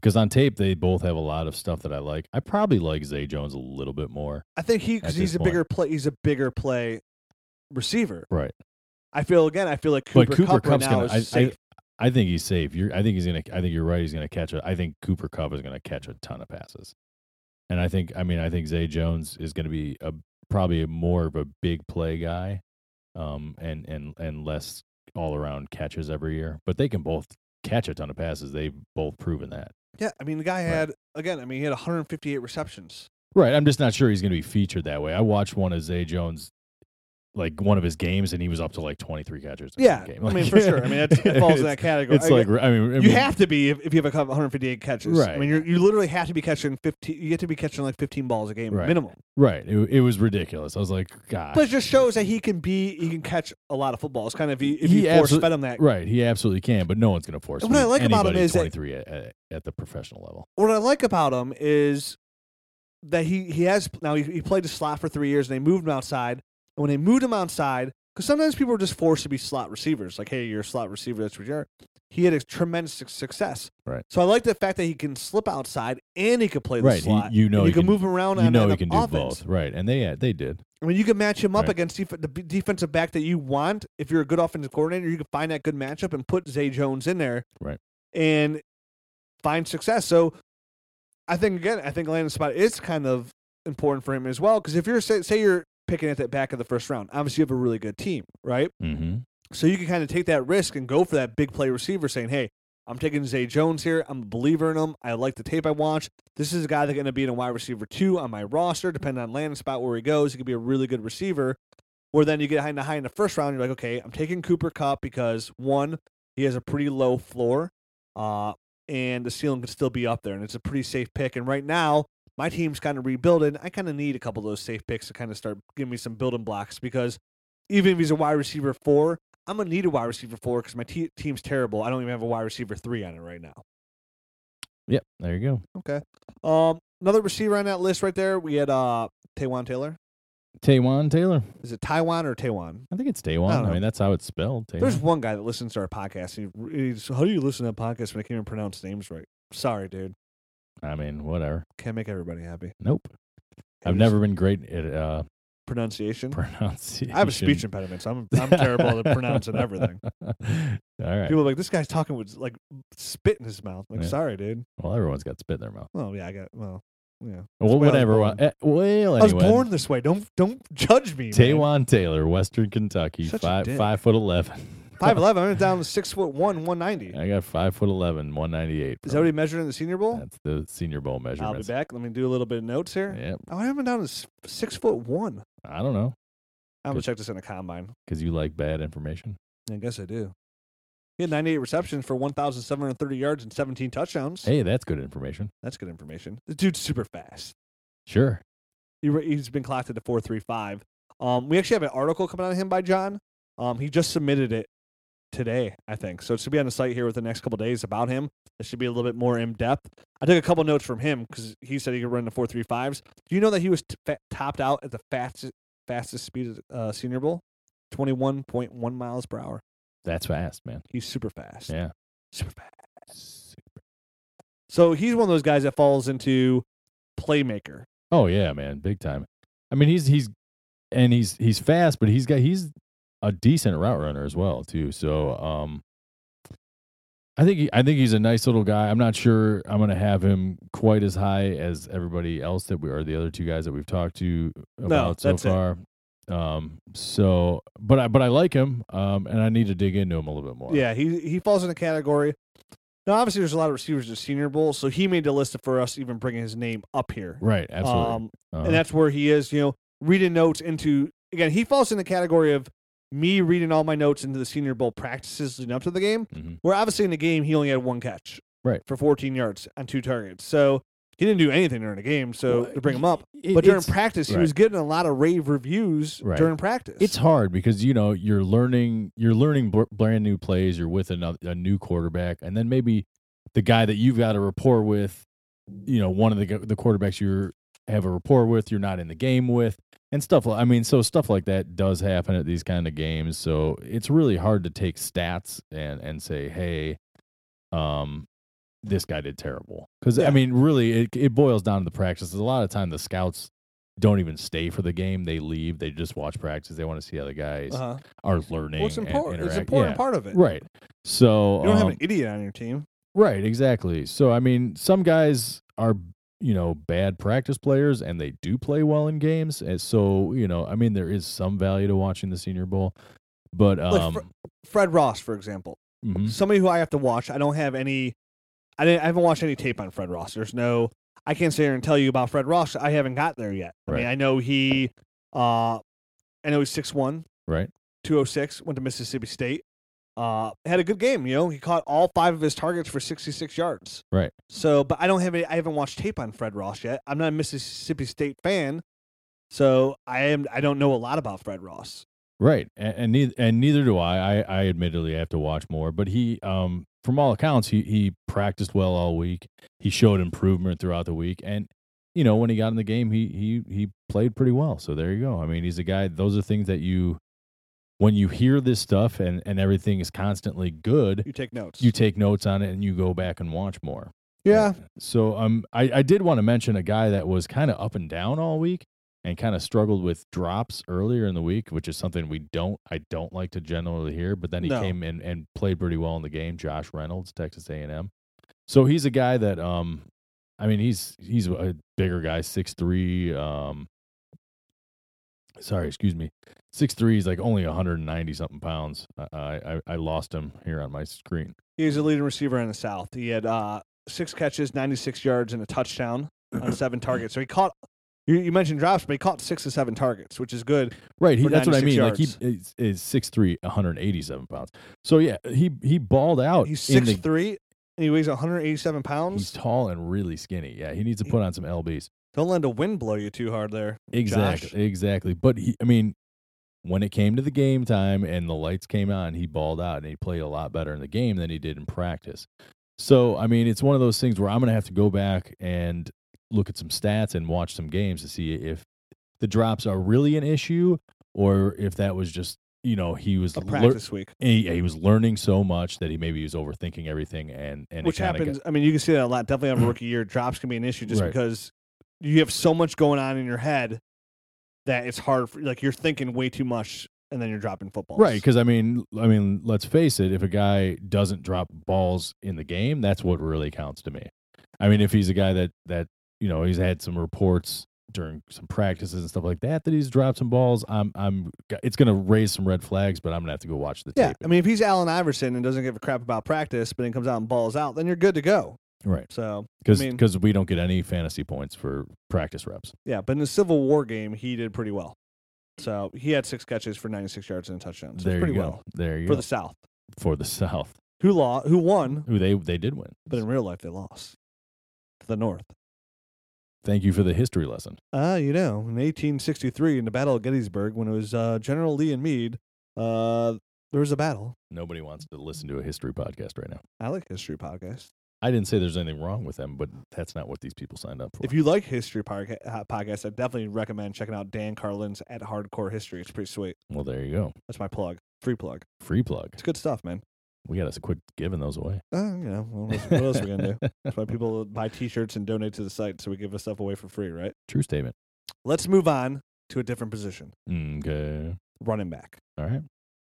C: because on tape they both have a lot of stuff that I like. I probably like Zay Jones a little bit more.
B: I think he because
C: at
B: he's
C: this
B: a bigger play. He's a bigger play receiver.
C: Right.
B: I feel again. I feel like Cooper,
C: but Cooper
B: Kupp right
C: Cup's
B: now
C: gonna.
B: is
C: I, I,
B: safe.
C: I think he's safe. You're. I think he's gonna. I think you're right. He's gonna catch a. I think Cooper Cup is gonna catch a ton of passes, and I think. I mean, I think Zay Jones is gonna be a probably more of a big play guy, um, and and and less all around catches every year. But they can both catch a ton of passes. They've both proven that.
B: yeah, I mean the guy
C: Right.
B: had again. I mean he had 158 receptions.
C: Right. I'm just not sure he's going to be featured that way. I watched one of Zay Jones, like one of his games, and he was up to like 23 catches. in
B: Yeah,
C: the game.
B: I mean
C: Like-
B: for sure. I mean it's, it falls in that
C: it's-
B: category.
C: It's
B: I-
C: like, I mean, I
B: you
C: mean,
B: have to be if, if you have a cup 158 catches. I
C: Right.
B: mean you're, you literally have to be catching 15. You get to be catching like 15 balls a game
C: Right.
B: minimum.
C: Right. It, it was ridiculous. I was like, God.
B: But it just shows that he can be. He can catch a lot of footballs. Kind of if you, if you
C: He
B: force
C: absolute-
B: fed him that.
C: Right. He absolutely can, but no one's going to force
B: And what I like about him
C: anybody
B: is that-
C: 23 at, at, at the professional level.
B: What I like about him is that he he has now he, he played the slot for three years and they moved him outside. And when they moved him outside, because sometimes people are just forced to be slot receivers. Like hey, you're a slot receiver. That's what you are. He had a tremendous su- success.
C: Right.
B: So I like the fact that he can slip outside and he could play the
C: Right, he-
B: slot.
C: you
B: Oh,
C: know
B: and
C: he
B: you can,
C: can-
B: move him around.
C: You
B: on
C: know
B: on
C: he can do
B: offense.
C: both. Right. And they, uh, they did.
B: I mean, you can match him up
C: Right.
B: against def- the b- defensive back that you want. If you're a good offensive coordinator, you can find that good matchup and put Zay Jones in there,
C: Right.
B: And find success. So, I think again, I think landing spot is kind of important for him as well. Because if you're say, say you're picking at the back of the first round, obviously you have a really good team, right?
C: Mm-hmm.
B: So you can kind of take that risk and go for that big play receiver, saying, "Hey, I'm taking Zay Jones here. I'm a believer in him. I like the tape I watch. This is a guy that's going to be in a wide receiver two on my roster, depending on landing spot where he goes. He could be a really good receiver." Or then you get high in the high in the first round. You're like, "Okay, I'm taking Cooper Cup because one, he has a pretty low floor, uh, and the ceiling could still be up there, and it's a pretty safe pick. And right now." My team's kind of rebuilding. I kind of need a couple of those safe picks to kind of start giving me some building blocks because even if he's a wide receiver four, I'm gonna need a wide receiver four because my te- team's terrible. I don't even have a wide receiver three on it right now.
C: Yep. There you go.
B: Okay. Um, another receiver on that list right there. We had uh Taywan Taylor.
C: Taywan Taylor.
B: Is it Taiwan or Taywan?
C: I think it's
B: I don't
C: Taywan. I,
B: know.
C: mean, that's how it's spelled. Taylor.
B: Oh. There's one guy that listens to our podcast. And he, he's, How do you listen to a podcast when I can't even pronounce names right? Sorry, dude.
C: I mean, whatever.
B: Can't make everybody happy.
C: Nope. I've
B: His
C: never been great at uh,
B: pronunciation.
C: pronunciation.
B: I have a speech impediment, so I'm I'm terrible at pronouncing everything.
C: All right.
B: People are like this guy's talking with like spit in his mouth. Like,
C: Yeah.
B: sorry, dude.
C: well, everyone's got spit in their mouth.
B: Well, yeah, I got well, yeah.
C: Well,
B: where I was
C: whatever. Well,
B: born.
C: eh, well
B: I was
C: anyway,
B: born this way. Don't don't judge me. man.
C: Taywan Taylor, Western Kentucky,
B: Such a
C: five
B: dick.
C: five foot eleven.
B: Five eleven. I'm down to six foot one, one ninety.
C: I got five foot eleven, one ninety eight.
B: Is that what he measured in the Senior Bowl?
C: That's the Senior Bowl
B: I'll be
C: measurements.
B: back. Let me do a little bit of notes here.
C: Yep.
B: Oh, I haven't down to s- six foot one.
C: I don't know
B: I'm gonna
C: Good.
B: check this in a combine.
C: because you like bad information.
B: I guess I do. He had 98 receptions for 1,730 yards and 17 touchdowns.
C: Hey, that's good information.
B: That's good information. The dude's super fast.
C: Sure.
B: He re- he's been clocked at a 4.35. Um, we actually have an article coming out of him by John. Um, he just submitted it today, I think. So it should be on the site here with the next couple days about him. It should be a little bit more in depth. I took a couple notes from him because he said he could run the four three fives. Do you know that he was t- fa- topped out at the fastest fastest speed of the, uh, Senior Bowl, twenty one point one miles per hour.
C: That's fast, man.
B: He's super fast.
C: Yeah.
B: Super fast. So he's one of those guys that falls into playmaker.
C: Oh yeah, man, big time. I mean, he's he's and he's he's fast, but he's got he's a decent route runner as well too. So um, I think he, I think he's a nice little guy. I'm not sure I'm gonna have him quite as high as everybody else that we are the other two guys that we've talked to about so
B: that's it.
C: far. Um, so but I but I like him. Um, and I need to dig into him a little bit more.
B: Yeah, he he falls in a category. Now, obviously, there's a lot of receivers in Senior Bowl, so he made the list for us even bringing his name up here.
C: right, absolutely.
B: Um,
C: Uh-huh.
B: and that's where he is. You know, reading notes into again, he falls in the category of me reading all my notes into the Senior Bowl practices leading up to the game.
C: Mhm.
B: Where obviously in the game he only had one catch,
C: Right.
B: for 14 yards on two targets. So he didn't do anything during the game. So
C: Well,
B: to bring him up,
C: It-
B: but during
C: it's-
B: practice he
C: right.
B: was getting a lot of rave reviews
C: Right.
B: during practice.
C: It's hard because you know you're learning you're learning br- brand new plays. You're with another a new quarterback, and then maybe the guy that you've got a rapport with, you know, one of the gu- the quarterbacks you're have a rapport with, you're not in the game with, and stuff. li- I mean, so stuff like that does happen at these kind of games. So it's really hard to take stats and and say, hey, um, this guy did terrible. Because
B: Yeah.
C: I mean, really, it it boils down to the practices. A lot of time, the scouts don't even stay for the game; they leave. They just watch practice. They want to see how the guys
B: Uh-huh.
C: are learning.
B: Well, it's
C: and
B: important. It's an
C: interact-
B: important
C: Yeah.
B: part of it.
C: Right. So
B: You don't have
C: um,
B: an idiot on your team.
C: Right, exactly. So I mean, some guys are you know bad practice players, and they do play well in games. And so you know, I mean, there is some value to watching the Senior Bowl, but um,
B: Like, for- Fred Ross, for example,
C: mhm,
B: somebody who I have to watch. I don't have any. I didn't. I haven't watched any tape on Fred Ross. There's no. I can't sit here and tell you about Fred Ross. I haven't got there yet. I mean,
C: Right.
B: I know he. Uh, I know he's six one,
C: right,
B: two oh six. Went to Mississippi State. Uh, had a good game. You know, he caught all five of his targets for sixty six yards.
C: Right.
B: So, but I don't have any. I haven't watched tape on Fred Ross yet. I'm not a Mississippi State fan, so I am. I don't know a lot about Fred Ross.
C: right, and and neither, and neither do I. I. I admittedly have to watch more, but he, um, from all accounts, he he practiced well all week. He showed improvement throughout the week, and you know when he got in the game, he he he played pretty well. So there you go. I mean, he's a guy. Those are things that you. When you hear this stuff and, and everything is constantly good,
B: You take notes.
C: you take notes on it and you go back and watch more.
B: yeah.
C: So um, I, I did want to mention a guy that was kind of up and down all week and kind of struggled with drops earlier in the week, which is something we don't I don't like to generally hear. But then he
B: No.
C: came in and played pretty well in the game. Josh Reynolds, Texas A and M. So he's a guy that um, I mean he's he's a bigger guy, six three. Um, sorry, excuse me, six three. He's like only 190 something pounds. I, I I lost him here on my screen.
B: He's a leading receiver in the South. He had uh, six catches, 96 yards, and a touchdown on seven targets. So he caught, you, you mentioned drops, but he caught six to seven targets, which is good.
C: Right, he,
B: for
C: that's what I
B: 96
C: mean. Like he is, is 6'3", 187 pounds. So yeah, he he balled out.
B: He's
C: Oh, in
B: six
C: the-
B: three, and he weighs 187
C: He's
B: pounds.
C: tall and really skinny. Yeah, he needs to
B: He-
C: put on some lbs.
B: Don't let the wind blow you too hard there.
C: Exactly, exactly. But he, I mean, when it came to the game time and the lights came on, he balled out and he played a lot better in the game than he did in practice. So I mean, it's one of those things where I'm gonna have to go back and look at some stats and watch some games to see if the drops are really an issue or if that was just you know he was
B: A
C: lear-
B: practice week,
C: he, he was learning so much that he maybe was overthinking everything and and it
B: which
C: kinda got-
B: happens. I mean, you can see that a lot. Definitely on rookie year, drops can be an issue just
C: Right.
B: because you have so much going on in your head that it's hard. For, like you're thinking way too much, and then you're dropping footballs.
C: right because i mean i mean let's face it if a guy doesn't drop balls in the game that's what really counts to me i mean if he's a guy that that you know he's had some reports during some practices and stuff like that that he's dropped some balls i'm i'm it's gonna raise some red flags but i'm gonna have to go watch the
B: Yeah,
C: tape
B: I mean, if he's Allen Iverson and doesn't give a crap about practice, but then comes out and balls out, then you're good to go.
C: right
B: So
C: because
B: mean-
C: we don't get any fantasy points for practice reps
B: yeah, but in the Civil War game, he did pretty well. So he had six catches for 96 yards and a touchdown. So
C: there
B: pretty
C: you go
B: well
C: there you
B: for
C: go
B: the South,
C: for the south
B: who law who won,
C: who they they did win
B: but in real life they lost to the North.
C: thank you for the history lesson
B: Ah, you know, in 1863, in the Battle of Gettysburg, when it was uh, General Lee and Meade, uh, there was a battle.
C: Nobody wants to listen to a history podcast right now.
B: I like history podcasts.
C: I didn't say there's anything wrong with them, but that's not what these people signed up for.
B: If you like history podca- uh, podcasts, I definitely recommend checking out Dan Carlin's at Hardcore History. It's pretty sweet.
C: well, there you go.
B: That's my plug. Free plug.
C: Free plug.
B: It's good stuff, man.
C: We got to quit giving those away.
B: Uh, you know, what else, what else are we gonna do? That's why people buy T-shirts and donate to the site, so we give this stuff away for free, right?
C: True statement.
B: Let's move on to a different position,
C: Okay.
B: running back.
C: All right.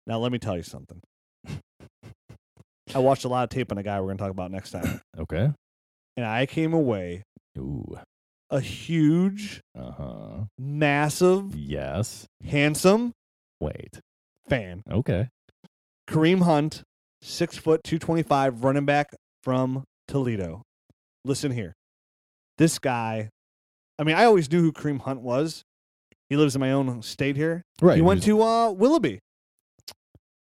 B: Now, let me tell you something. I watched a lot of tape on a guy we're gonna talk about next time,
C: Okay.
B: and I came away
C: Ooh.
B: a huge,
C: Uh huh.
B: massive,
C: Yes.
B: handsome
C: Wait.
B: fan.
C: Okay.
B: Kareem Hunt, six foot two twenty five, running back from Toledo. Listen here, this guy. I mean, I always knew who Kareem Hunt was. He lives in my own state here.
C: Right.
B: he went
C: he's-
B: to uh, Willoughby.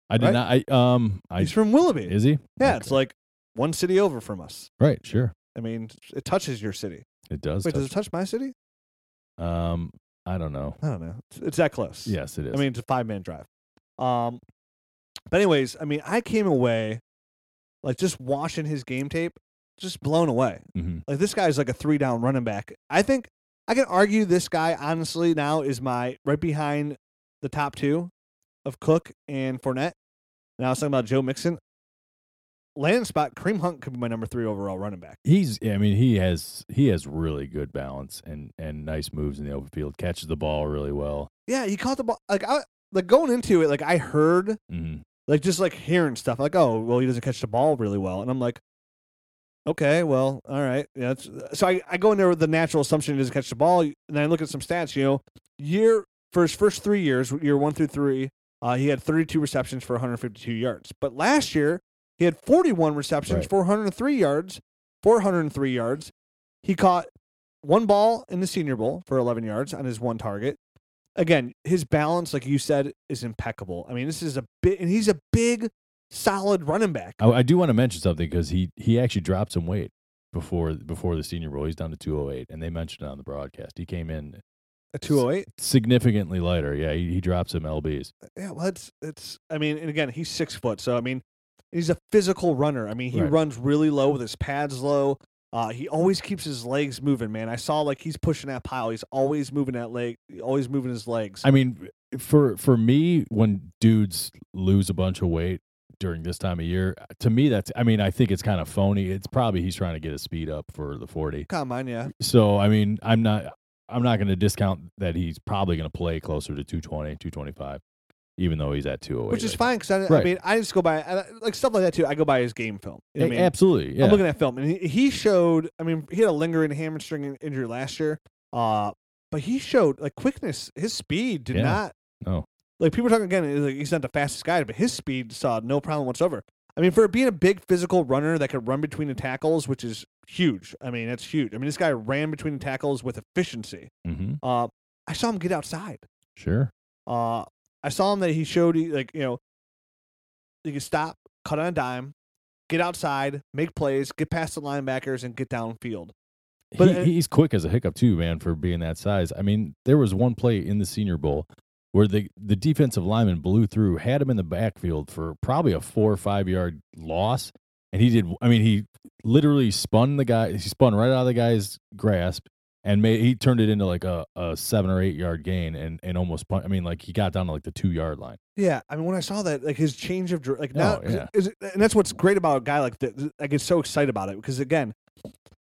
C: I did
B: right?
C: not. I um. I
B: He's from Willoughby.
C: is he?
B: yeah,
C: Okay.
B: it's like one city over from us.
C: right. Sure.
B: I mean, it touches your city.
C: It does.
B: Wait, does it
C: touch-
B: touch my city?
C: um. I don't know.
B: I don't know. It's, it's that close.
C: Yes, it is.
B: I mean, it's a five minute drive. Um, but anyways, I mean, I came away like just watching his game tape, just blown away.
C: Mhm.
B: Like this guy's like a three down running back. I think I can argue this guy honestly now is my right behind the top two of Cook and Fournette. Now I was talking about Joe Mixon. Land spot, Cream Hunt could be my number three overall running back.
C: He's, I mean, he has he has really good balance and and nice moves in the open field. Catches the ball really well.
B: Yeah, he caught the ball like I like going into it, like I heard
C: Mhm.
B: like just like hearing stuff like, oh well he doesn't catch the ball really well. And I'm like, Okay, well, all right. Yeah, that's, so I, I go in there with the natural assumption he doesn't catch the ball, and then I look at some stats, you know. Year for his first three years, year one through three, uh, he had 32 receptions for 152 yards. But last year, he had 41 receptions
C: Right.
B: for 103 yards, 403 yards. He caught one ball in the Senior Bowl for 11 yards on his one target. Again, his balance, like you said, is impeccable. I mean, this is a big, and he's a big, solid running back.
C: I, I do want to mention something because he he actually dropped some weight before before the senior bowl. He's down to 208, and they mentioned it on the broadcast. He came in
B: A 208.
C: significantly lighter. Yeah, he, he dropped some lbs.
B: yeah, well, it's it's. I mean, and again, he's six foot, so I mean, he's a physical runner. I mean, he
C: Right.
B: runs really low with his pads low. Uh, he always keeps his legs moving, man. I saw like he's pushing that pile. He's always moving that leg, always moving his legs.
C: I mean, for for me, when dudes lose a bunch of weight during this time of year, to me that's I mean, I think it's kind of phony. It's probably he's trying to get his speed up for the forty.
B: Come on, yeah.
C: So I mean, I'm not I'm not going to discount that he's probably going to play closer to 220, 225, even though he's at 208.
B: Which is
C: right
B: fine because I, I
C: Right.
B: mean, I just go by I, like stuff like that too. I go by his game film. You know
C: now. A-
B: what I mean?
C: Absolutely, yeah.
B: I'm looking at film, and he, he showed. I mean, he had a lingering hamstring in- injury last year, uh, but he showed like quickness. His speed did
C: Yeah. Oh.
B: not.
C: No.
B: Like people are talking again, it's like, he's not the fastest guy, but his speed saw no problem whatsoever. I mean, for being a big physical runner that could run between the tackles, which is huge. I mean, that's huge. I mean, this guy ran between the tackles with efficiency.
C: mm-hmm.
B: Uh, I saw him get outside.
C: Sure.
B: Uh, I saw him that he showed he, like you know, he could stop, cut on a dime, get outside, make plays, get past the linebackers, and get downfield. But,
C: But
B: uh,
C: he's quick as a hiccup too, man, for being that size. I mean, there was one play in the Senior Bowl where the the defensive lineman blew through, had him in the backfield for probably a four or five yard loss, and he did. I mean, he literally spun the guy. He spun right out of the guy's grasp and made he turned it into like a, a seven or eight yard gain and and almost. Pun- I mean, like he got down to like the two yard line.
B: Yeah, I mean when I saw that, like his change of dir- like
C: Oh,
B: now,
C: yeah.
B: is, and that's what's great about a guy like that. th- I get so excited about it because again,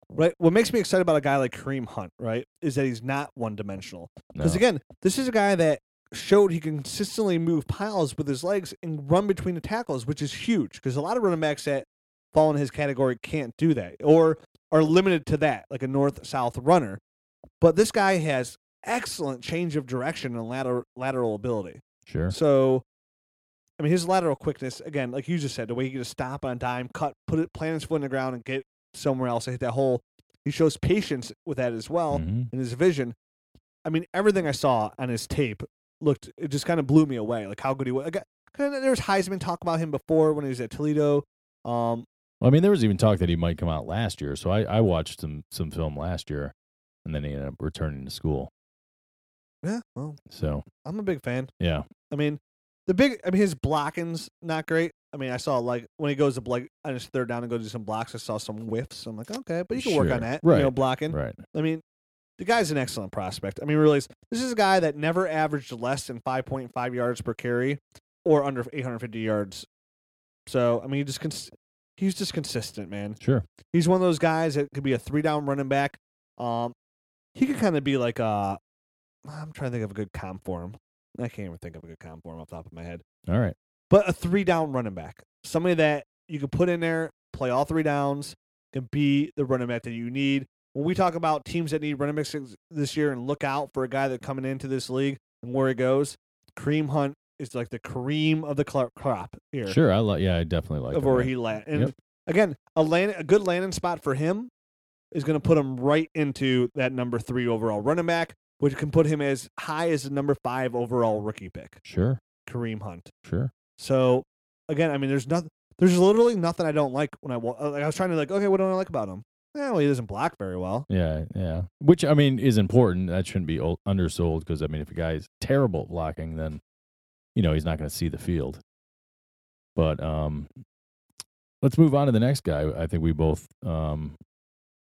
B: right, what makes me excited about a guy like Kareem Hunt, right, is that he's not one dimensional.
C: No.
B: Because again, this is a guy that showed he can consistently move piles with his legs and run between the tackles, which is huge. Because a lot of running backs that fall in his category can't do that or are limited to that, like a north south runner. But this guy has excellent change of direction and lateral lateral ability.
C: Sure.
B: So, I mean, his lateral quickness again, like you just said, the way he can just stop on a dime, cut, put it, plant his foot in the ground, and get somewhere else. and hit that hole. He shows patience with that as well
C: Mhm.
B: and his vision. I mean, everything I saw on his tape looked it just kind of blew me away. Like how good he was. Like, kinda, there was Heisman talk about him before when he was at Toledo. Um,
C: Well, I mean, there was even talk that he might come out last year. So I, I watched some some film last year, and then he ended up returning to school.
B: yeah, well,
C: So
B: I'm a big fan.
C: yeah,
B: I mean, the big. I mean, his blocking's not great. I mean, I saw like when he goes to like on his third down and goes to some blocks. I saw some whiffs. I'm like, okay, but you can work
C: Sure,
B: on that. You
C: right,
B: know, blocking.
C: right.
B: I mean, the guy's an excellent prospect. I mean, realize this is a guy that never averaged less than 5.5 yards per carry or under 850 yards. So, I mean, he just cons- he's just consistent, man.
C: Sure.
B: He's one of those guys that could be a three down running back. Um, he could kind of be like a. I'm trying to think of a good comp for him. I can't even think of a good comp for him off the top of my head.
C: All right.
B: But a three down running back, somebody that you can put in there, play all three downs, can be the running back that you need. When we talk about teams that need running backs this year and look out for a guy that coming into this league and where he goes, Kareem Hunt is like the cream of the cl- crop here
C: Sure. I like. Yeah, I definitely like.
B: of
C: him,
B: where
C: man.
B: he land. And
C: Yep.
B: again, a land, a good landing spot for him is going to put him right into that number three overall running back, which can put him as high as the number five overall rookie pick,
C: Sure.
B: Kareem Hunt.
C: Sure.
B: So again, I mean, there's nothing. There's literally nothing I don't like when I wa- uh, like. I was trying to like, okay, what don't I like about him? Yeah, well, he doesn't block very well.
C: Yeah. Yeah. Which I mean is important. That shouldn't be o- undersold because I mean if a guy's terrible at blocking, then you know he's not going to see the field. But um, let's move on to the next guy. I think we both um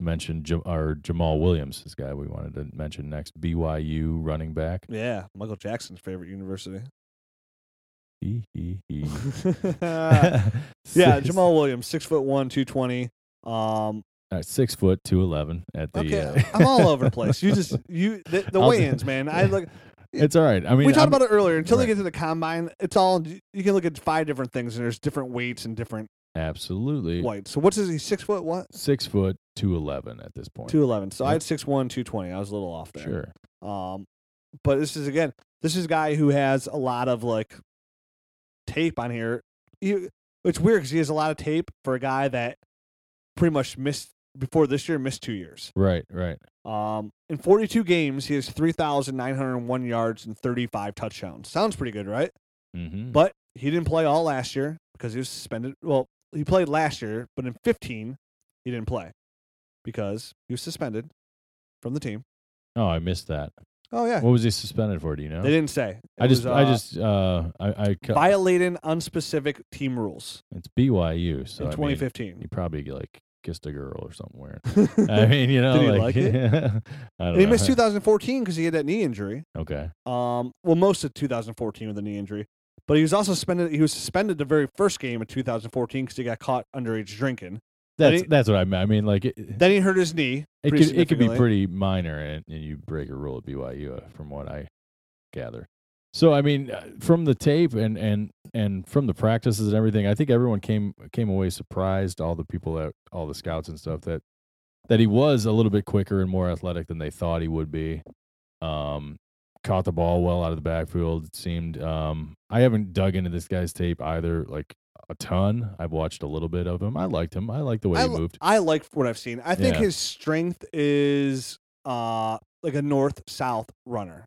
C: mention Jam- our Jamal Williams, this guy we wanted to mention next, BYU running back.
B: Yeah, Michael Jackson's favorite university.
C: Hee, hee, hee.
B: Uh, yeah,
C: Six-
B: Jamal Williams, six foot one, two twenty. Um,
C: uh, six foot two eleven at the.
B: okay,
C: uh,
B: I'm all over the place. You just you the, the
C: I'll-
B: weigh-ins, man. I look.
C: it's all right. I mean,
B: we talked
C: I'm-
B: about it earlier. Until
C: right.
B: they get to the combine, it's all you can look at five different things, and there's different weights and different
C: absolutely
B: weights. So what's his? He's six foot what?
C: six foot two eleven at this point.
B: Two eleven. So I
C: Yep.
B: had six one, two twenty. I was a little off there.
C: Sure.
B: Um, but this is again, this is a guy who has a lot of like tape on here. He, it's weird because he has a lot of tape for a guy that pretty much missed before this year, missed two years.
C: Right. Right.
B: Um, in 42 games, he has 3,901 yards and 35 touchdowns. Sounds pretty good, right?
C: Mm-hmm.
B: But he didn't play all last year because he was suspended. Well, he played last year, but in 15, he didn't play because he was suspended from the team.
C: oh, I missed that.
B: Oh, yeah.
C: What was he suspended for? Do you know?
B: they didn't say.
C: I
B: It
C: just,
B: was,
C: I
B: uh,
C: just, uh, I, I, cu-
B: violating unspecific team rules
C: it's BYU, so
B: in
C: I mean,
B: 2015.
C: he probably like kissed a girl or something weird. I mean, you know,
B: Did he
C: like,
B: like it?
C: I don't
B: and he
C: know.
B: missed 2014 because he had that knee injury.
C: Okay.
B: Um, well, most of 2014 with a knee injury, but he was also suspended. He was suspended the very first game of 2014 because he got caught underage drinking.
C: That's
B: he-
C: that's what I mean. I mean, like it,
B: Then he hurt his knee.
C: it
B: pretty
C: could it could be
B: significantly.
C: pretty minor, and, and you break a rule at BYU, uh, from what I gather. So I mean, uh, from the tape and and and from the practices and everything, I think everyone came came away surprised. All the people that all the scouts and stuff that that he was a little bit quicker and more athletic than they thought he would be. Um, caught the ball well out of the backfield. It seemed. Um, I haven't dug into this guy's tape either, like a ton. I've watched a little bit of him. I liked him. I liked the way
B: I,
C: he
B: li-
C: moved.
B: I like what I've seen. I think
C: Yeah.
B: his strength is uh like a north south runner.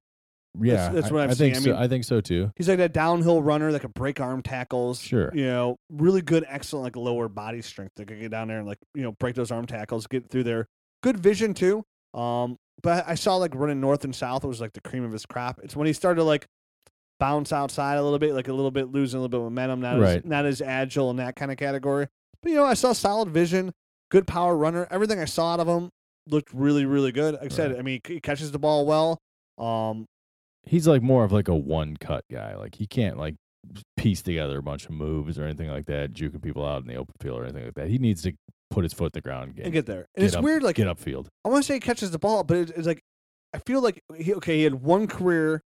C: Yeah,
B: that's
C: I-
B: what I'm
C: I
B: seeing.
C: think
B: I
C: so.
B: mean-
C: I think so too.
B: He's like that downhill runner that could break arm tackles.
C: Sure.
B: You know, really good, excellent like lower body strength that could get down there and like you know break those arm tackles, get through there. Good vision too. Um, but I saw like running north and south was like the cream of his crop. It's when he started to, like bounce outside a little bit, like a little bit losing a little bit of momentum, not as
C: Right.
B: not as agile in that kind of category. But you know, I saw solid vision, good power runner. Everything I saw out of him looked really, really good. Like I said,
C: Right.
B: I mean, he catches the ball well. Um,
C: He's like more of like a one cut guy. Like he can't like piece together a bunch of moves or anything like that, juking people out in the open field or anything like that. He needs to put his foot in the ground and
B: and get there. And it's
C: up-
B: weird, like
C: get upfield.
B: I want to say he catches the ball, but it, it's like I feel like he okay. He had one career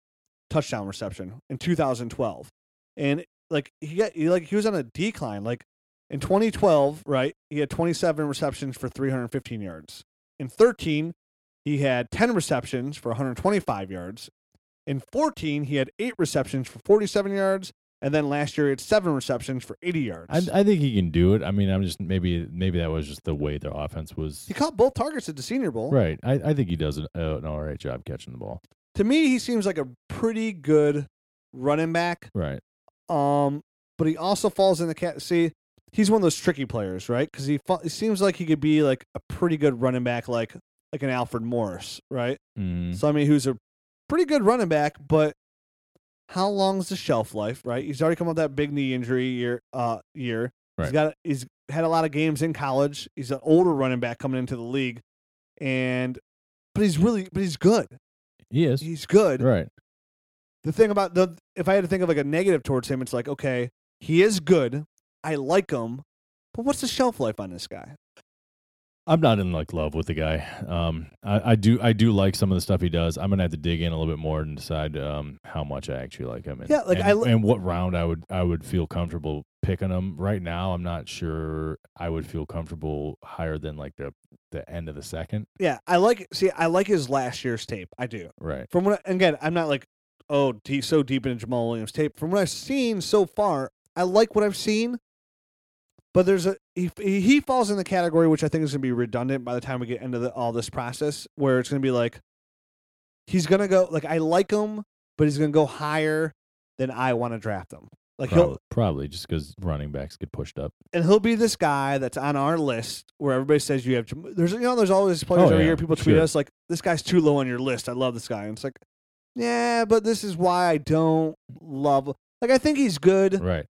B: touchdown reception in 2012, and like he got he, like he was on a decline. Like in 2012, right? He had 27 receptions for 315 yards. In 13, he had 10 receptions for 125 yards. In 14, he had eight receptions for 47 yards, and then last year he had seven receptions for 80 yards.
C: I, I think he can do it. I mean, I'm just maybe maybe that was just the way the offense was.
B: he caught both targets at the Senior Bowl.
C: Right. I, I think he does an, uh, an all right job catching the ball.
B: To me, he seems like a pretty good running back.
C: Right.
B: Um, but he also falls in the cat. See, he's one of those tricky players, right? Because he fa- it seems like he could be like a pretty good running back, like like an Alfred Morris, right?
C: Mm,
B: So I mean, who's a pretty good running back, but how long's the shelf life, right? He's already come up with that big knee injury year. Uh, year. He's
C: Right.
B: got. He's had a lot of games in college. He's an older running back coming into the league, and but he's really, but he's good.
C: he is.
B: He's good
C: Right.
B: the thing about the if I had to think of like a negative towards him, it's like okay, he is good, I like him, but what's the shelf life on this guy?
C: I'm not in like love with the guy. Um, I, I do I do like some of the stuff he does. I'm gonna have to dig in a little bit more and decide um how much I actually like him. And,
B: Yeah, like,
C: and,
B: I li-
C: and what round I would I would feel comfortable picking him. Right now, I'm not sure I would feel comfortable higher than like the the end of the second.
B: Yeah, I like see, I like his last year's tape. I do.
C: Right.
B: From what I- and again, I'm not like oh deep, so deep into Jamal Williams tape. From what I've seen so far, I like what I've seen, but there's a he he falls in the category which I think is going to be redundant by the time we get into the, all this process, where it's going to be like he's going to go like I like him, but he's going to go higher than I want to draft him. Like he'll
C: Probably, probably just because running backs get pushed up.
B: and he'll be this guy that's on our list where everybody says you have. Jam- There's you know there's always players
C: Oh,
B: every
C: yeah,
B: year. People tweet
C: sure.
B: us like this guy's too low on your list. I love this guy, and it's like, yeah, but this is why I don't love. Like I think he's good,
C: Right.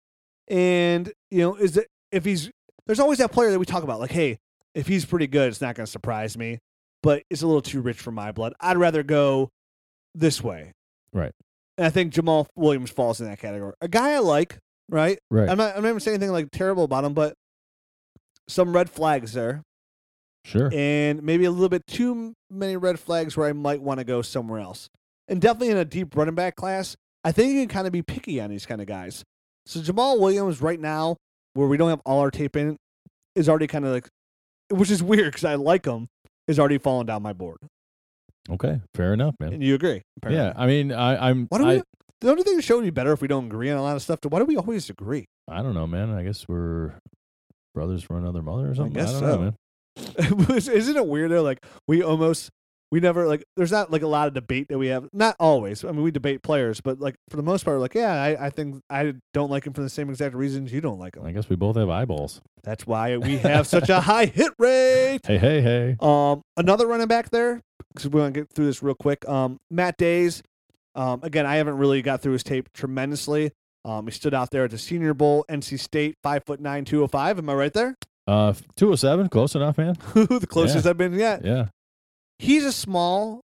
B: and you know is it if he's there's always that player that we talk about like hey if he's pretty good, it's not going to surprise me. But it's a little too rich for my blood. I'd rather go this way.
C: Right.
B: And I think Jamal Williams falls in that category. A guy I like, right?
C: Right.
B: I'm not. I'm not even saying anything like terrible about him, but some red flags there,
C: sure.
B: and maybe a little bit too many red flags where I might want to go somewhere else. And definitely in a deep running back class, I think you can kind of be picky on these kind of guys. So Jamal Williams, right now, where we don't have all our tape in, is already kind of like, which is weird because I like him, is already falling down my board.
C: okay. Fair enough, man.
B: And you agree? apparently.
C: Yeah. I mean, I, I'm.
B: Why do
C: I,
B: we? Don't you think the show would be better if we don't agree on a lot of stuff? Why do we always agree?
C: I don't know, man. I guess we're brothers for another mother or something.
B: guess
C: don't
B: so.
C: know, man.
B: Isn't it weird though? Like we almost we never like there's not like a lot of debate that we have. Not always. I mean we debate players, but like for the most part, we're like, yeah, I, I think I don't like him for the same exact reasons you don't like him.
C: I guess we both have eyeballs.
B: That's why we have such a high hit rate.
C: Hey, hey, hey.
B: Um another running back there, because we want to get through this real quick. Um Matt Days. Um again, I haven't really got through his tape tremendously. Um, he stood out there at the Senior Bowl, NC State, five foot nine, two oh five. Am I right there?
C: Uh, 207, close enough, man.
B: the closest I've been yet.
C: Yeah.
B: he's a small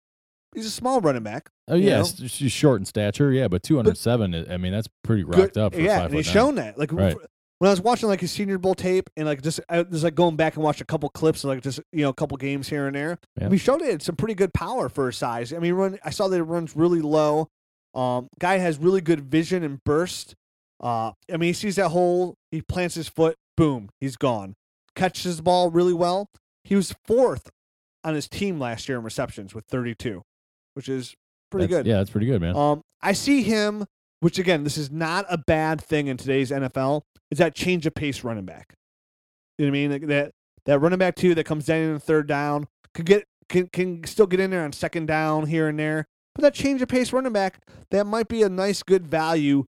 B: he's a small running back.
C: Oh,
B: You
C: yeah.
B: know?
C: s- She's short in stature. Yeah. But 207, is- I mean, that's pretty rocked
B: Good-
C: up for
B: yeah,
C: five
B: and he's
C: foot nine.
B: shown that. Like
C: Right.
B: when I was watching like his senior bowl tape and like just I was like going back and watched a couple clips of like just you know a couple games here and there. I
C: Yeah.
B: mean, he showed it some pretty good power for his size. I mean, run I saw that it runs really low. Um, guy has really good vision and burst. Uh, I mean, he sees that hole, he plants his foot, boom, he's gone. Catches the ball really well. He was fourth on his team last year in receptions with 32, which is pretty
C: That's-
B: good.
C: Yeah, that's pretty good, man.
B: Um, I see him, which again, this is not a bad thing in today's NFL. Is that change of pace running back? You know what I mean? Like that that running back too that comes down in the third down could get can can still get in there on second down here and there. But that change of pace running back that might be a nice good value.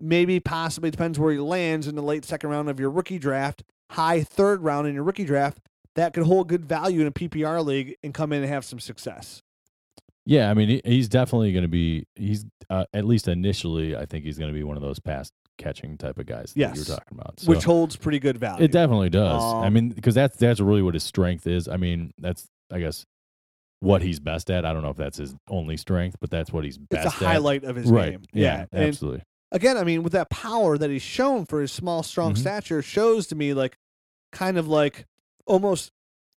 B: Maybe possibly depends where he lands in the late second round of your rookie draft, high third round in your rookie draft. That could hold good value in a PPR league and come in and have some success.
C: Yeah, I mean, he, he's definitely going to be. He's uh, at least initially, I think he's going to be one of those pass catching type of guys that you
B: Yes.
C: were talking about. So
B: Which holds pretty good value.
C: it definitely does. I
B: Um,
C: mean, because that's that's really what his strength is. I mean, that's I guess what he's best at. I don't know if that's his only strength, but that's what he's
B: it's
C: best
B: a
C: at.
B: highlight of his
C: right?
B: game.
C: Yeah,
B: And
C: absolutely.
B: again, I mean, with that power that he's shown for his small, strong
C: Mhm.
B: stature, shows to me like kind of like almost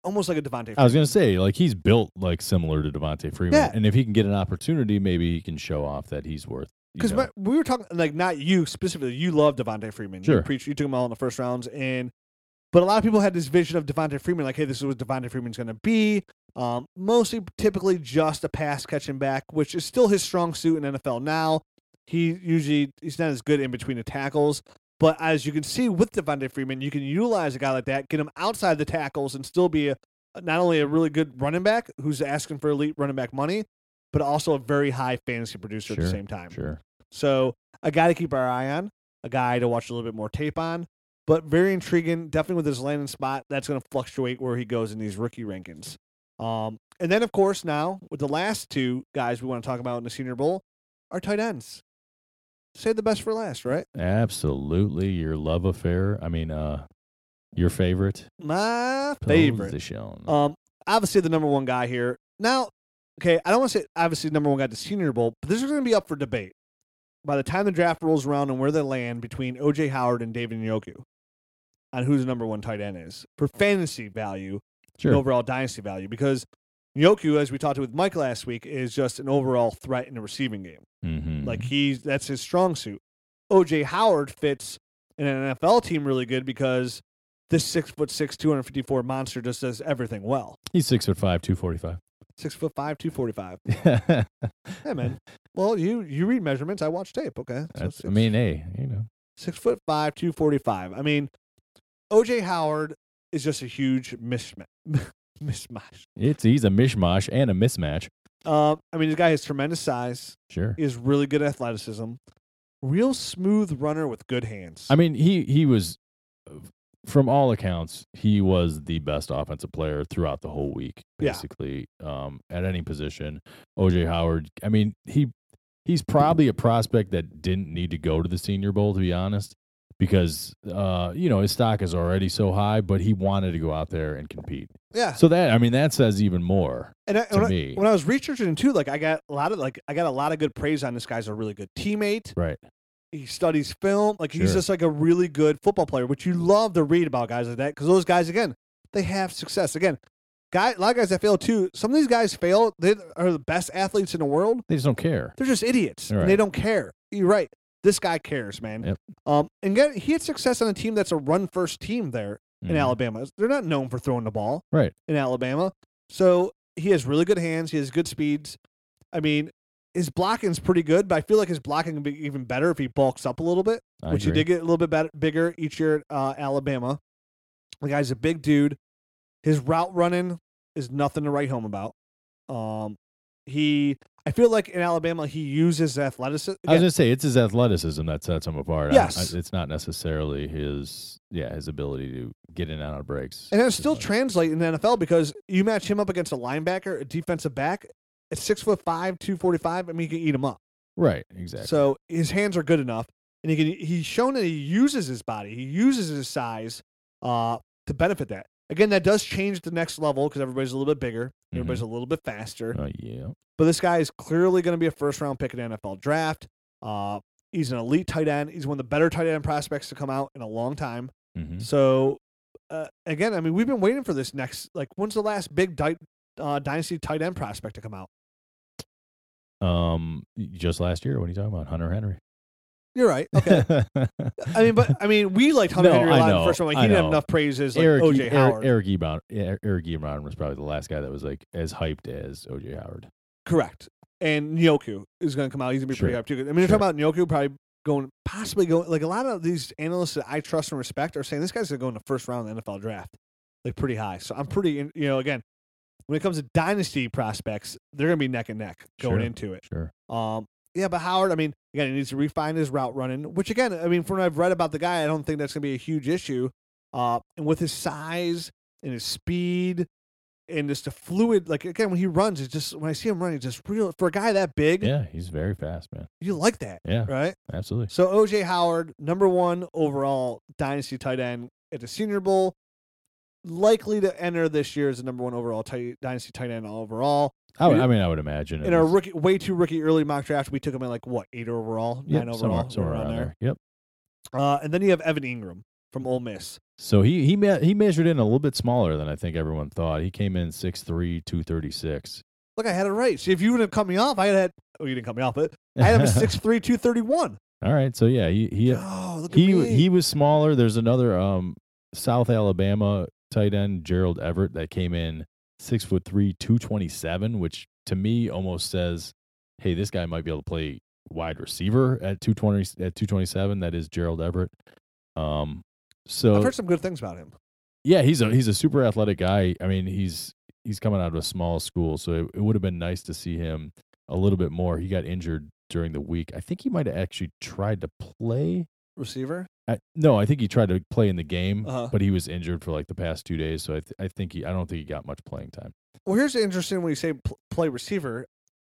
B: almost like a Devontae.
C: I was going to say, like he's built like similar to Devontae Freeman,
B: Yeah.
C: and if he can get an opportunity, maybe he can show off that he's worth. you
B: because
C: know.
B: we were talking like not you specifically. You love Devontae Freeman. You
C: Sure.
B: preach. You took him all in the first rounds, and but a lot of people had this vision of Devontae Freeman like, hey, this is what Devontae Freeman's going to be. Um, mostly, typically just a pass catching back, which is still his strong suit in NFL now. He usually he's not as good in between the tackles, but as you can see with Devontae Freeman, you can utilize a guy like that, get him outside the tackles, and still be a, not only a really good running back who's asking for elite running back money, but also a very high fantasy producer at
C: Sure,
B: the same time.
C: sure.
B: So a guy to keep our eye on, a guy to watch a little bit more tape on, but very intriguing. Definitely with his landing spot, that's going to fluctuate where he goes in these rookie rankings. Um, and then of course now with the last two guys we want to talk about in the Senior Bowl are tight ends. Save the best for last, right?
C: Absolutely, your love affair. I mean, uh, your favorite
B: My favorite.
C: position.
B: Um, obviously the number one guy here. Now, okay, I don't want to say obviously number one guy to Senior Bowl, but this is going to be up for debate by the time the draft rolls around and where they land between OJ Howard and David Njoku on who the number one tight end is for fantasy value
C: sure.
B: and overall dynasty value because Njoku, as we talked with Mike last week, is just an overall threat in the receiving game.
C: Mm-hmm.
B: Like he's that's his strong suit. OJ Howard fits in an NFL team really good because this six foot six, two hundred fifty four monster just does everything well.
C: he's six foot five, two forty five.
B: Six foot five, two forty five. Yeah, man. Well, you you read measurements. I watch tape. Okay. So
C: That's, I
B: six-
C: mean, hey, you know,
B: six foot five, two forty five. I mean, OJ Howard is just a huge mismatch. mismatch.
C: it's he's a mishmash and a mismatch.
B: Um, I mean, this guy has tremendous size.
C: Sure.
B: Is really good athleticism. Real smooth runner with good hands.
C: I mean, he he was, from all accounts, he was the best offensive player throughout the whole week,
B: Yeah.
C: basically, um, at any position. OJ Howard. I mean, he he's probably a prospect that didn't need to go to the Senior Bowl, to be honest, because uh, you know his stock is already so high, but he wanted to go out there and compete.
B: Yeah.
C: So that I mean that says even more.
B: And I,
C: to
B: when,
C: me.
B: I, when I was researching him too, like I got a lot of like I got a lot of good praise on this guy's a really good teammate.
C: Right.
B: He studies film. Like he's
C: Sure.
B: just like a really good football player, which you love to read about guys like that because those guys again they have success. Again, guy a lot of guys that fail too. Some of these guys fail. They are the best athletes in the world.
C: They just don't care.
B: They're just idiots.
C: You're
B: And they
C: right.
B: don't care. You're right. This guy cares, man.
C: Yep.
B: Um, and again, he had success on a team that's a run first team there in
C: Mhm.
B: Alabama. They're not known for throwing the ball
C: Right.
B: in Alabama. So he has really good hands. He has good speeds. I mean, his blocking's pretty good, but I feel like his blocking can be even better if he bulks up a little bit,
C: I
B: which he
C: agree.
B: did get a little bit better, bigger each year at uh, Alabama. The guy's a big dude. His route running is nothing to write home about. Um, he, I feel like in Alabama, he uses athleticism.
C: I was gonna say it's his athleticism that sets him apart. I-
B: Yes.
C: I- it's not necessarily his yeah his ability to get in and out of breaks.
B: And it'll still
C: Just
B: translate in the NFL because you match him up against a linebacker, a defensive back, at six foot five, two forty five. I mean, you can eat him up.
C: right exactly.
B: So his hands are good enough, and he can. He's shown that he uses his body, he uses his size, uh, to benefit that. Again, that does change the next level because everybody's a little bit bigger, everybody's a little bit faster.
C: oh yeah.
B: But this guy is clearly going to be a first round pick in the NFL draft. Uh, he's an elite tight end. He's one of the better tight end prospects to come out in a long time.
C: hmm
B: So uh, again, I mean, we've been waiting for this next. Like, when's the last big di- uh, dynasty tight end prospect to come out?
C: Um, just last year, what are you talking about, Hunter Henry?
B: You're right. Okay. I mean, but I mean, we liked Hunter
C: No,
B: Henry a
C: I
B: lot in the
C: know,
B: first round. Like, he
C: I
B: didn't have
C: know.
B: enough praises like
C: Eric,
B: OJ
C: Eric,
B: Howard.
C: Eric Ebron, Er- Eric Ebron was probably the last guy that was like as hyped as OJ Howard.
B: Correct. And Nyoku is going to come out. He's going to be pretty
C: Sure.
B: up too. I mean, you're talking about Nyoku probably going, possibly going. Like a lot of these analysts that I trust and respect are saying this guy's going to go in the first round of the NFL draft, like pretty high. So I'm pretty, in- you know, again, when it comes to dynasty prospects, they're going to be neck and neck going
C: Sure.
B: into it.
C: Sure.
B: Um, yeah, but Howard, I mean, again, he needs to refine his route running, which again, I mean, from what I've read about the guy, I don't think that's going to be a huge issue. Uh, and with his size and his speed and just the fluid, like again, when he runs, it's just when I see him running, it's just real for a guy that big,
C: Yeah, he's very fast, man.
B: you like that,
C: Yeah,
B: right?
C: absolutely.
B: So OJ Howard, number one overall dynasty tight end at the Senior Bowl, likely to enter this year as the number one overall tight, dynasty tight end overall.
C: I, would,
B: you're-
C: I mean, I would imagine.
B: in
C: it
B: our
C: was-
B: rookie, way too rookie early mock draft, we took him at like what eight overall,
C: yep,
B: nine
C: somewhere,
B: overall,
C: somewhere around there. Yep.
B: Uh, and then you have Evan Ingram from Ole Miss.
C: So he he me- he measured in a little bit smaller than I think everyone thought. He came in 6'3", 236.
B: Look, I had it right. See, if you would have cut me off, I had had. Oh, you didn't cut me off, but I had him at six three, two thirty one.
C: All right, so yeah, he he
B: Oh, look at
C: he
B: me.
C: he was smaller. There's another um South Alabama tight end Gerald Everett that came in six foot three, two twenty seven, which to me almost says, hey, this guy might be able to play wide receiver at two twenty at two twenty seven. That is Gerald Everett. Um,
B: I've
C: so
B: heard some good things about him.
C: yeah, he's a he's a super athletic guy. I mean, he's he's coming out of a small school, so it, it would have been nice to see him a little bit more. He got injured during the week. I think he might have actually tried to play.
B: Receiver.
C: I, no, I think he tried to play in the game,
B: Uh-huh.
C: but he was injured for like the past two days. So I, th- I think he, I don't think he got much playing time.
B: Well, here's the interesting when you say pl- play receiver.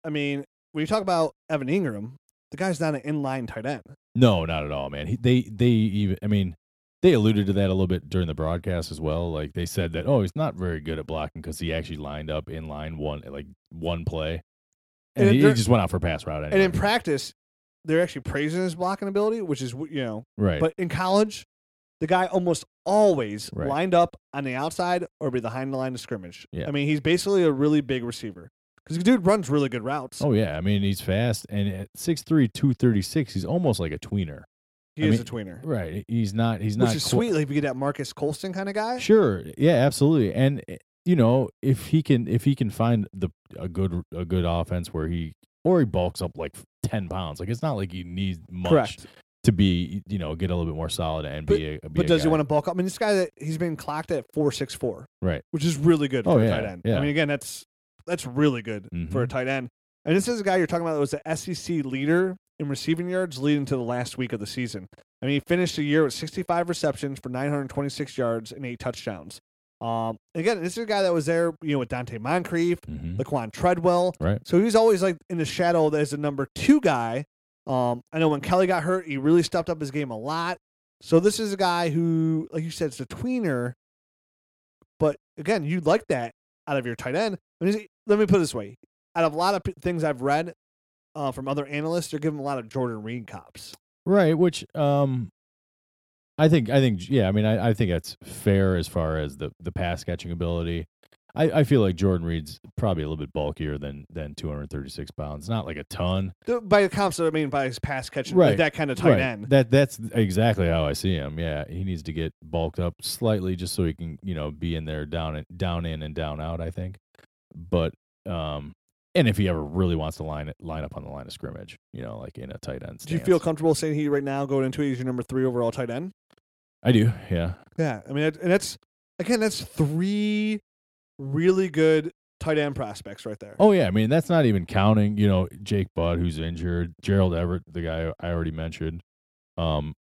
B: I mean, when you talk about Evan Ingram, the guy's not an inline tight end.
C: No, not at all, man. He, they, they even, I mean, they alluded to that a little bit during the broadcast as well. Like they said that, oh, he's not very good at blocking because he actually lined up in line one, like one play, and,
B: And
C: he,
B: there-
C: he just went out for a pass route.
B: And
C: Anyway.
B: in practice, they're actually praising his blocking ability, which is you know
C: right,
B: But in college, the guy almost always
C: Right.
B: lined up on the outside or behind the line of scrimmage.
C: Yeah.
B: I mean, he's basically a really big receiver because the dude runs really good routes.
C: oh yeah, I mean he's fast, and at 6'3", 236, he's almost like a tweener.
B: he
C: I
B: is
C: mean,
B: a tweener,
C: Right, he's not, he's not
B: which is
C: qui-
B: sweet. Like if you get that Marcus Colston kind of guy.
C: Sure. Yeah, absolutely. And eh, you know, if he can if he can find the a good a good offense where he or he bulks up like 10 pounds. Like it's not like he needs much
B: Correct.
C: to be, you know, get a little bit more solid and
B: But-
C: be a be
B: But
C: a
B: does he
C: guy.
B: want to bulk up? I mean, this guy that he's been clocked at four six four,
C: Right.
B: which is really good
C: Oh,
B: for a
C: yeah,
B: tight end. I
C: yeah. Mm-hmm.
B: mean, again, that's that's really good for a tight end. And this is a guy you're talking about that was the SEC leader in receiving yards leading to the last week of the season. I mean, he finished the year with 65 receptions for 926 yards and eight touchdowns. Um, again, this is a guy that was there, you know, with Dante Moncrief,
C: Mhm.
B: Laquan Treadwell.
C: Right.
B: So he was always like in the shadow as the number two guy. Um, I know when Kelly got hurt, he really stepped up his game a lot. So this is a guy who, like you said, is a tweener. But again, you'd like that out of your tight end. I mean, let me put it this way: out of a lot of p- things I've read uh, from other analysts, they're giving him a lot of Jordan Reed cops.
C: Right, which um I think I think yeah, I mean I, I think that's fair as far as the the pass catching ability. I, I feel like Jordan Reed's probably a little bit bulkier than than 236 pounds. Not like a ton.
B: Th- By the comps, I mean by his pass catching,
C: Right,
B: that kind of tight
C: Right.
B: end.
C: That that's exactly how I see him. Yeah, he needs to get bulked up slightly just so he can you know be in there down and down in and down out. I think, but um, and if he ever really wants to line it- line up on the line of scrimmage, you know, like in a tight end. Stance.
B: Do you feel comfortable saying he right now going into it is your number three overall tight end?
C: I do. Yeah.
B: Yeah, I mean, that- and that's again, that's three really good tight end prospects right there.
C: Oh yeah, I mean that's not even counting, you know, Jake Budd who's injured, Gerald Everett, the guy I already mentioned. Um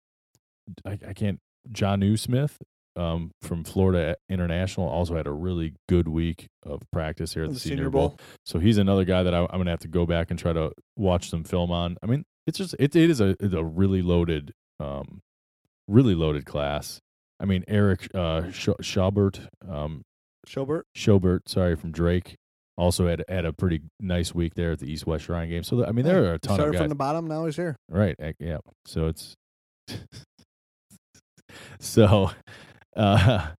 C: I, I can't John New Smith um from Florida International also had a really good week of practice here at
B: In
C: the, Senior, Bowl. So he's another guy that I, I'm gonna have to go back and try to watch some film on. I mean, it's just it it is a it's a really loaded, um, really loaded class. I mean, Eric uh, Sch- Schaubert, um,
B: Schobert.
C: Schobert, sorry from Drake, also had had a pretty nice week there at the East West Shrine game. So I mean, there are a ton
B: Started
C: of guys,
B: from the bottom, now he's here.
C: right? eh, Yeah. So it's so uh,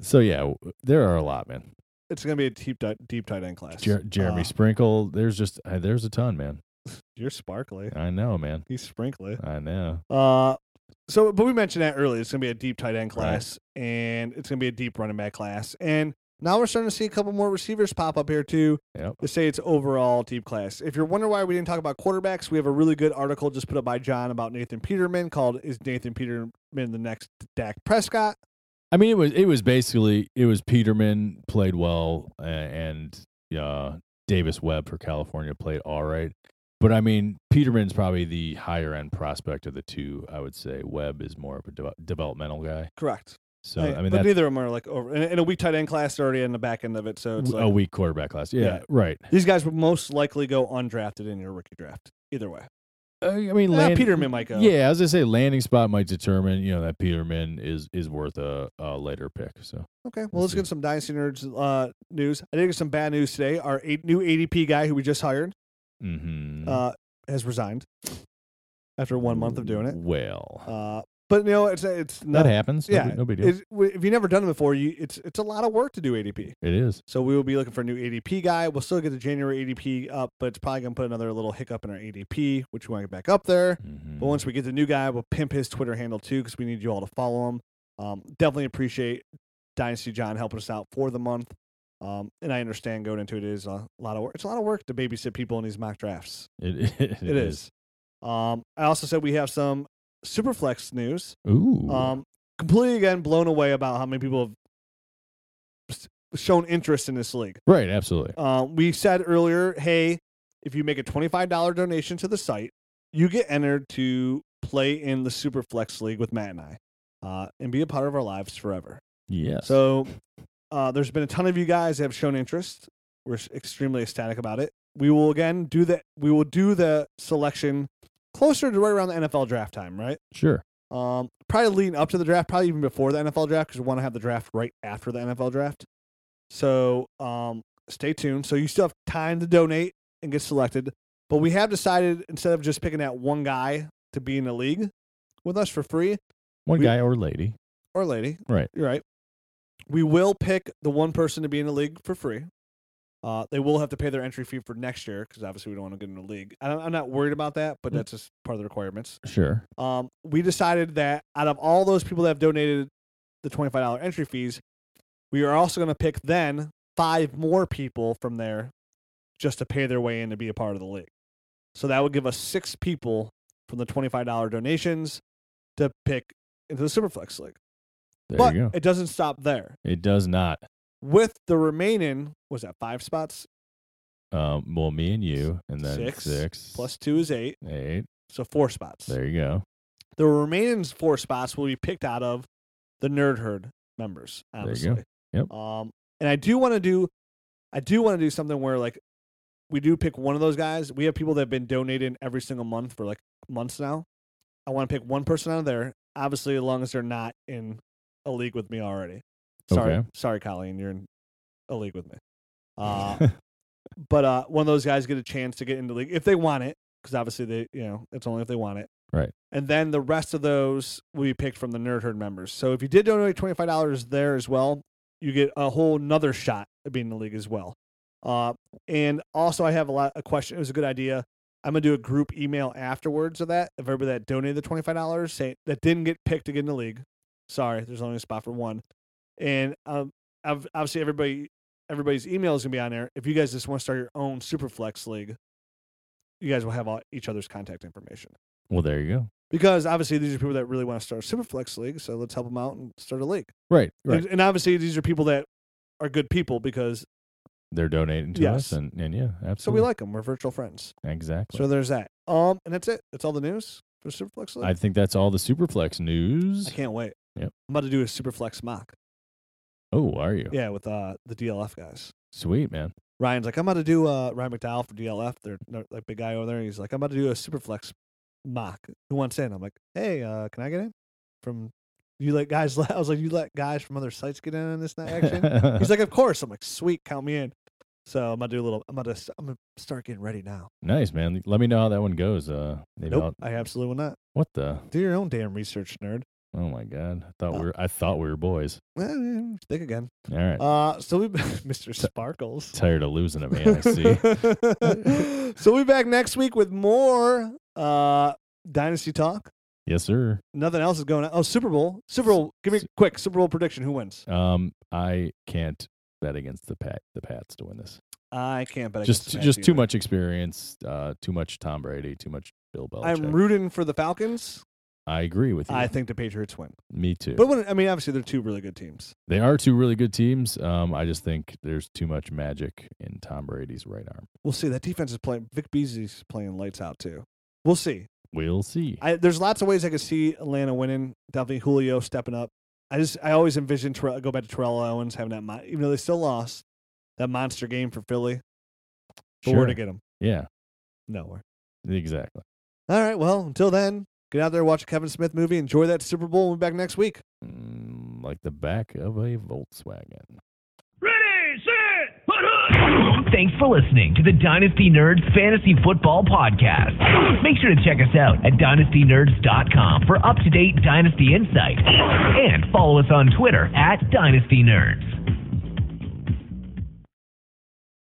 C: so yeah, w- there are a lot, man.
B: It's gonna be a deep, di- deep tight end class.
C: Jer- Jeremy
B: Uh,
C: Sprinkle, there's just uh, there's a ton, man.
B: you're sparkly.
C: I know, man.
B: He's sprinkly.
C: I know.
B: Uh, so, but we mentioned that earlier. It's gonna be a deep tight end
C: Right.
B: class, and it's gonna be a deep running back class, and now we're starting to see a couple more receivers pop up here too.
C: Yep.
B: to say it's overall deep class. If you're wondering why we didn't talk about quarterbacks, we have a really good article just put up by John about Nathan Peterman called "Is Nathan Peterman the next Dak Prescott?"
C: I mean, it was it was basically it was Peterman played well a- and uh, Davis Webb for California played all right. But I mean, Peterman's probably the higher end prospect of the two. I would say Webb is more of a de- developmental guy.
B: Correct.
C: So
B: Hey,
C: I mean,
B: but
C: that's
B: neither of them are like over in, in a weak tight end class. They're already in the back end of it, so it's
C: w- oh,
B: like
C: a weak quarterback class. Yeah,
B: Yeah.
C: right.
B: these guys would most likely go undrafted in your rookie draft. Either way,
C: I I mean,
B: Eh,
C: Land-
B: Peterman might go.
C: Yeah, I was gonna say landing spot might determine you know that Peterman is is worth a, a later pick. So
B: Okay, well,
C: We'll
B: let's
C: see.
B: get some dynasty nerds uh, news. I did get some bad news today. Our eight, new ADP guy who we just hired
C: mhm.
B: uh, has resigned after one month of doing it.
C: Well,
B: Uh, but you know, it's it's
C: that
B: not
C: happens. No
B: yeah,
C: big- no big deal.
B: It's- w if you've never done it before, you, it's it's a lot of work to do ADP.
C: it is.
B: So we will be looking for a new ADP guy. We'll still get the January ADP up, but it's probably gonna put another little hiccup in our ADP, which we want to get back up there.
C: Mhm.
B: But once we get the new guy, we'll pimp his Twitter handle too, because we need you all to follow him. Um, definitely appreciate Dynasty John helping us out for the month. Um, and I understand going into it is a lot of work. It's a lot of work to babysit people in these mock drafts.
C: It, it,
B: It is. Um, I also said we have some Superflex news.
C: Ooh.
B: Um, completely again blown away about how many people have s- shown interest in this league.
C: right. Absolutely.
B: Uh, we said earlier, hey, if you make a twenty-five dollar donation to the site, you get entered to play in the Superflex League with Matt and I, uh, and be a part of our lives forever.
C: Yes.
B: So, uh, there's been a ton of you guys that have shown interest. We're s- extremely ecstatic about it. We will again do the we will do the selection closer to right around the NFL draft time, right?
C: sure.
B: Um, probably leading up to the draft, probably even before the NFL draft, because we want to have the draft right after the NFL draft. So um, stay tuned. So you still have time to donate and get selected. But we have decided instead of just picking that one guy to be in the league with us for free
C: One
B: we-
C: guy or lady.
B: or lady,
C: Right.
B: You're right. We will pick the one person to be in the league for free. Uh, they will have to pay their entry fee for next year because obviously we don't want to get in the league. I don't, I'm not worried about that, but
C: Mm.
B: that's just part of the requirements
C: Sure.
B: um, we decided that out of all those people that have donated the $25 entry fees, we are also going to pick then five more people from there just to pay their way in to be a part of the league. So that would give us six people from the $25 donations to pick into the Superflex League.
C: There
B: but
C: you go.
B: it doesn't stop there.
C: It does not.
B: With the remaining, was that five spots?
C: Um, well, me and you, and then
B: Six
C: six,
B: Plus two is eight.
C: eight.
B: So four spots.
C: There you go.
B: The remaining four spots will be picked out of the Nerd Herd members.
C: you go.
B: Obviously.
C: Yep.
B: Um, and I do want to do, I do want to do something where like we do pick one of those guys. We have people that have been donating every single month for like months now. I want to pick one person out of there Obviously, as long as they're not in a league with me already. Sorry,
C: Okay.
B: sorry, Colleen, you're in a league with me. Uh, but uh, one of those guys get a chance to get into the league if they want it, because obviously they, you know, it's only if they want it.
C: Right.
B: And then the rest of those will be picked from the Nerd Herd members. So if you did donate twenty five dollars there as well, you get a whole nother shot at being in the league as well. Uh, and also I have a lot a question. It was a good idea. I'm gonna do a group email afterwards of that. If everybody that donated the twenty five dollars say that didn't get picked to get in the league. Sorry, there's only a spot for one. And um, ob- obviously everybody everybody's email is gonna be on there. If you guys just want to start your own Superflex league, you guys will have all, each other's contact information
C: well, there you go.
B: because obviously these are people that really want to start a Superflex league. So let's help them out and start a league.
C: Right, right.
B: And, and obviously these are people that are good people because
C: They're donating to
B: Yes.
C: us, and, and yeah, absolutely.
B: so we like them. We're virtual friends.
C: exactly.
B: So there's that. Um, and that's it. That's all the news for Superflex league.
C: I think that's all the Superflex news.
B: I can't wait.
C: Yep.
B: I'm about to do a Superflex mock.
C: Oh, are you?
B: Yeah, with uh the DLF guys.
C: Sweet man.
B: Ryan's like, I'm about to do uh Ryan McDowell for DLF. They're, they're like big guy over there. He's like, I'm about to do a Superflex mock. Who wants in? I'm like, hey, uh, can I get in? From you let guys? I was like, you let guys from other sites get in on this and that action. He's like, of course. I'm like, sweet, count me in. So I'm gonna do a little. I'm gonna. st- I'm gonna start getting ready now.
C: nice man. Let me know how that one goes. Uh, maybe
B: Nope,
C: I'll-
B: I absolutely will not.
C: what the?
B: Do your own damn research, nerd. Eh,
C: Oh my god! I thought
B: Uh,
C: we were. I thought we were boys.
B: Well, yeah, think again.
C: All right.
B: Uh, so we, Mr. Sparkles.
C: Tired of losing a man. I see.
B: so we'll be back next week with more uh dynasty talk.
C: yes, sir.
B: Nothing else is going on. Oh, Super Bowl. Super Bowl. Give me a quick Super Bowl prediction. Who wins?
C: Um, I can't bet against the pat the Pats to win this.
B: I can't bet.
C: just
B: against the
C: just
B: Pats
C: too
B: either.
C: much experience, uh, too much Tom Brady, too much Bill Belichick.
B: I'm rooting for the Falcons.
C: I agree with you.
B: I think the Patriots win.
C: Me too.
B: But when, I mean, obviously, they're two really good teams.
C: They are two really good teams. Um, I just think there's too much magic in Tom Brady's right arm.
B: We'll see. That defense is playing. Vic Beasley's playing lights out too. We'll see.
C: We'll see.
B: I, there's lots of ways I could see Atlanta winning. Definitely Julio stepping up. I just I always envision Terrell, go back to Terrell Owens having that mon- even though they still lost that monster game for Philly. But where to get him?
C: Yeah,
B: Nowhere.
C: exactly.
B: All right. Well, until then, get out there, watch a Kevin Smith movie, enjoy that Super Bowl. We'll be back next week.
C: Mm, like the back of a Volkswagen.
A: Ready, set, put up! Thanks for listening to the Dynasty Nerds Fantasy Football Podcast. Make sure to check us out at dynastynerds.com for up to date Dynasty insight. And follow us on Twitter at Dynasty Nerds.